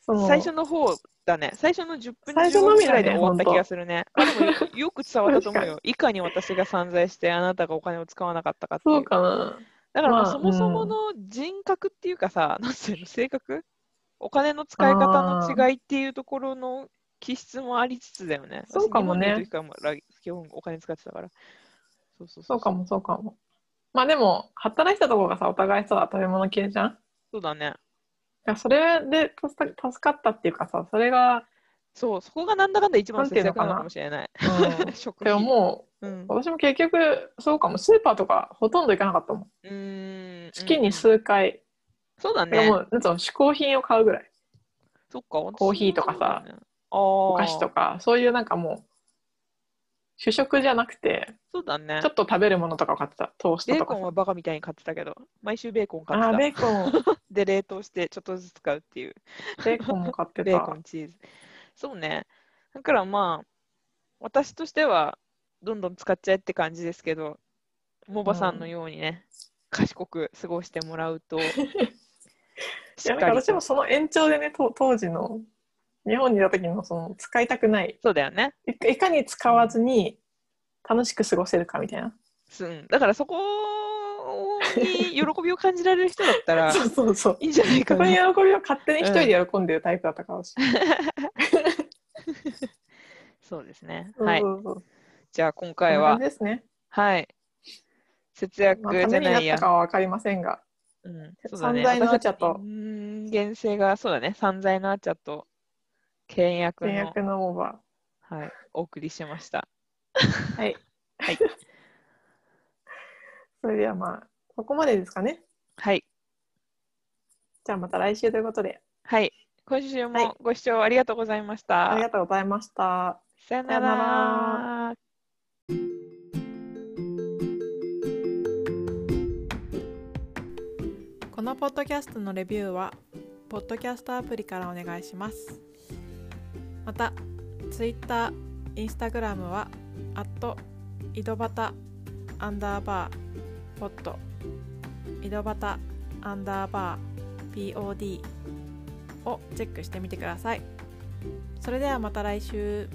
S2: その
S1: 最初の方だね。最初の10分
S2: 最初
S1: 15
S2: の
S1: 分く
S2: み
S1: ら
S2: だ
S1: い
S2: ね
S1: で終わった
S2: ほんと
S1: 気がするね。あでもよくよく伝わったと思う
S2: 確
S1: よ。 いかに私が散財してあなたがお金を使わなかったかってい
S2: そうかな
S1: だからまあ
S2: まあ
S1: そもそもの人格っていうかさ、なんていうの、性格お金の使い方の違いっていうところの気質もありつつだよね。
S2: そうかもね
S1: 私日本にいる時からもら基本お金使ってたから。そうそう
S2: そうか。もそうかもまあでも働いてたところがさお互いさ食べ物系じゃんい
S1: そうだね。
S2: やそれで助か助かったっていうかさそれが、
S1: そう、そこがなんだかんだ一番
S2: なんてい
S1: 節
S2: う
S1: 約
S2: のか
S1: な
S2: な
S1: のかもしれない。
S2: うん、 っ
S1: 食
S2: て
S1: 費。
S2: 思う
S1: うん。
S2: 私も結局そうかもスーパーとかほとんど行かなかったもん
S1: うーん。
S2: 月
S1: うん
S2: に数回、
S1: そうだ
S2: だから
S1: ね
S2: も。うなんつうの嗜好品を買うぐらい
S1: そっか。私も
S2: コーヒーとかさ
S1: そうだね、お
S2: お菓子と。かそういうなんかもう主食じゃなくて
S1: そうだね
S2: ちょ。っと食べるものとかを買ってたトースト
S1: ベー
S2: とか
S1: コン
S2: さ
S1: はバカみたいに買ってたけど、毎週ベーコン買
S2: あー
S1: って
S2: ベーコン
S1: た。で、冷凍してちょっとずつ使うっていう。
S2: ベーコンも買って
S1: ベーコ
S2: た
S1: ン、チーズ。そうね。だからまあ、私としては、どんどん使っちゃえって感じですけど、モバさんのようにね、賢く過ごしてもらう と、
S2: い
S1: し
S2: や
S1: っ
S2: な
S1: か
S2: ん
S1: り
S2: か私
S1: と
S2: も。その延長でねと当時の日本にいた時のその使いたくない
S1: そうだよね。
S2: いいかに使わずに楽しく過ごせるかみたいな
S1: すうん、だからそこに喜びを感じられる人だった ら
S2: そうそうそう
S1: いいんじゃないか
S2: そこ
S1: な
S2: に。喜びを勝手に一人で喜んでるタイプだったから私、
S1: そうですね。
S2: そう
S1: はい
S2: そ。うそう
S1: じゃあ今
S2: こん
S1: 回
S2: な感
S1: は
S2: じ、ですね、
S1: はい。節約
S2: まあ、た
S1: じゃ
S2: めに
S1: な
S2: ないっ
S1: や
S2: た。かは分かりませんが
S1: うん、
S2: 散
S1: そうだね。
S2: 財の
S1: 私たち
S2: アチャと
S1: 人間性が、そうだね。散財のアチャと、倹約
S2: 契
S1: の
S2: 約、のオーバ
S1: はい、お送りしました。
S2: ーはい
S1: はい
S2: それではまあここまでですかね
S1: はい。
S2: じゃあまた来週ということで
S1: はい。今週
S2: はい
S1: もご視聴ありがとうございました。
S2: ありがとうございました
S1: さよな
S2: さよな
S1: ら。
S4: このポッドキャストのレビューはポッドキャストアプリからお願いしますまた Twitter、Instagram は井戸端アンダーバーポッド井戸端アンダーバー POD をチェックしてみてくださいそれではまた来週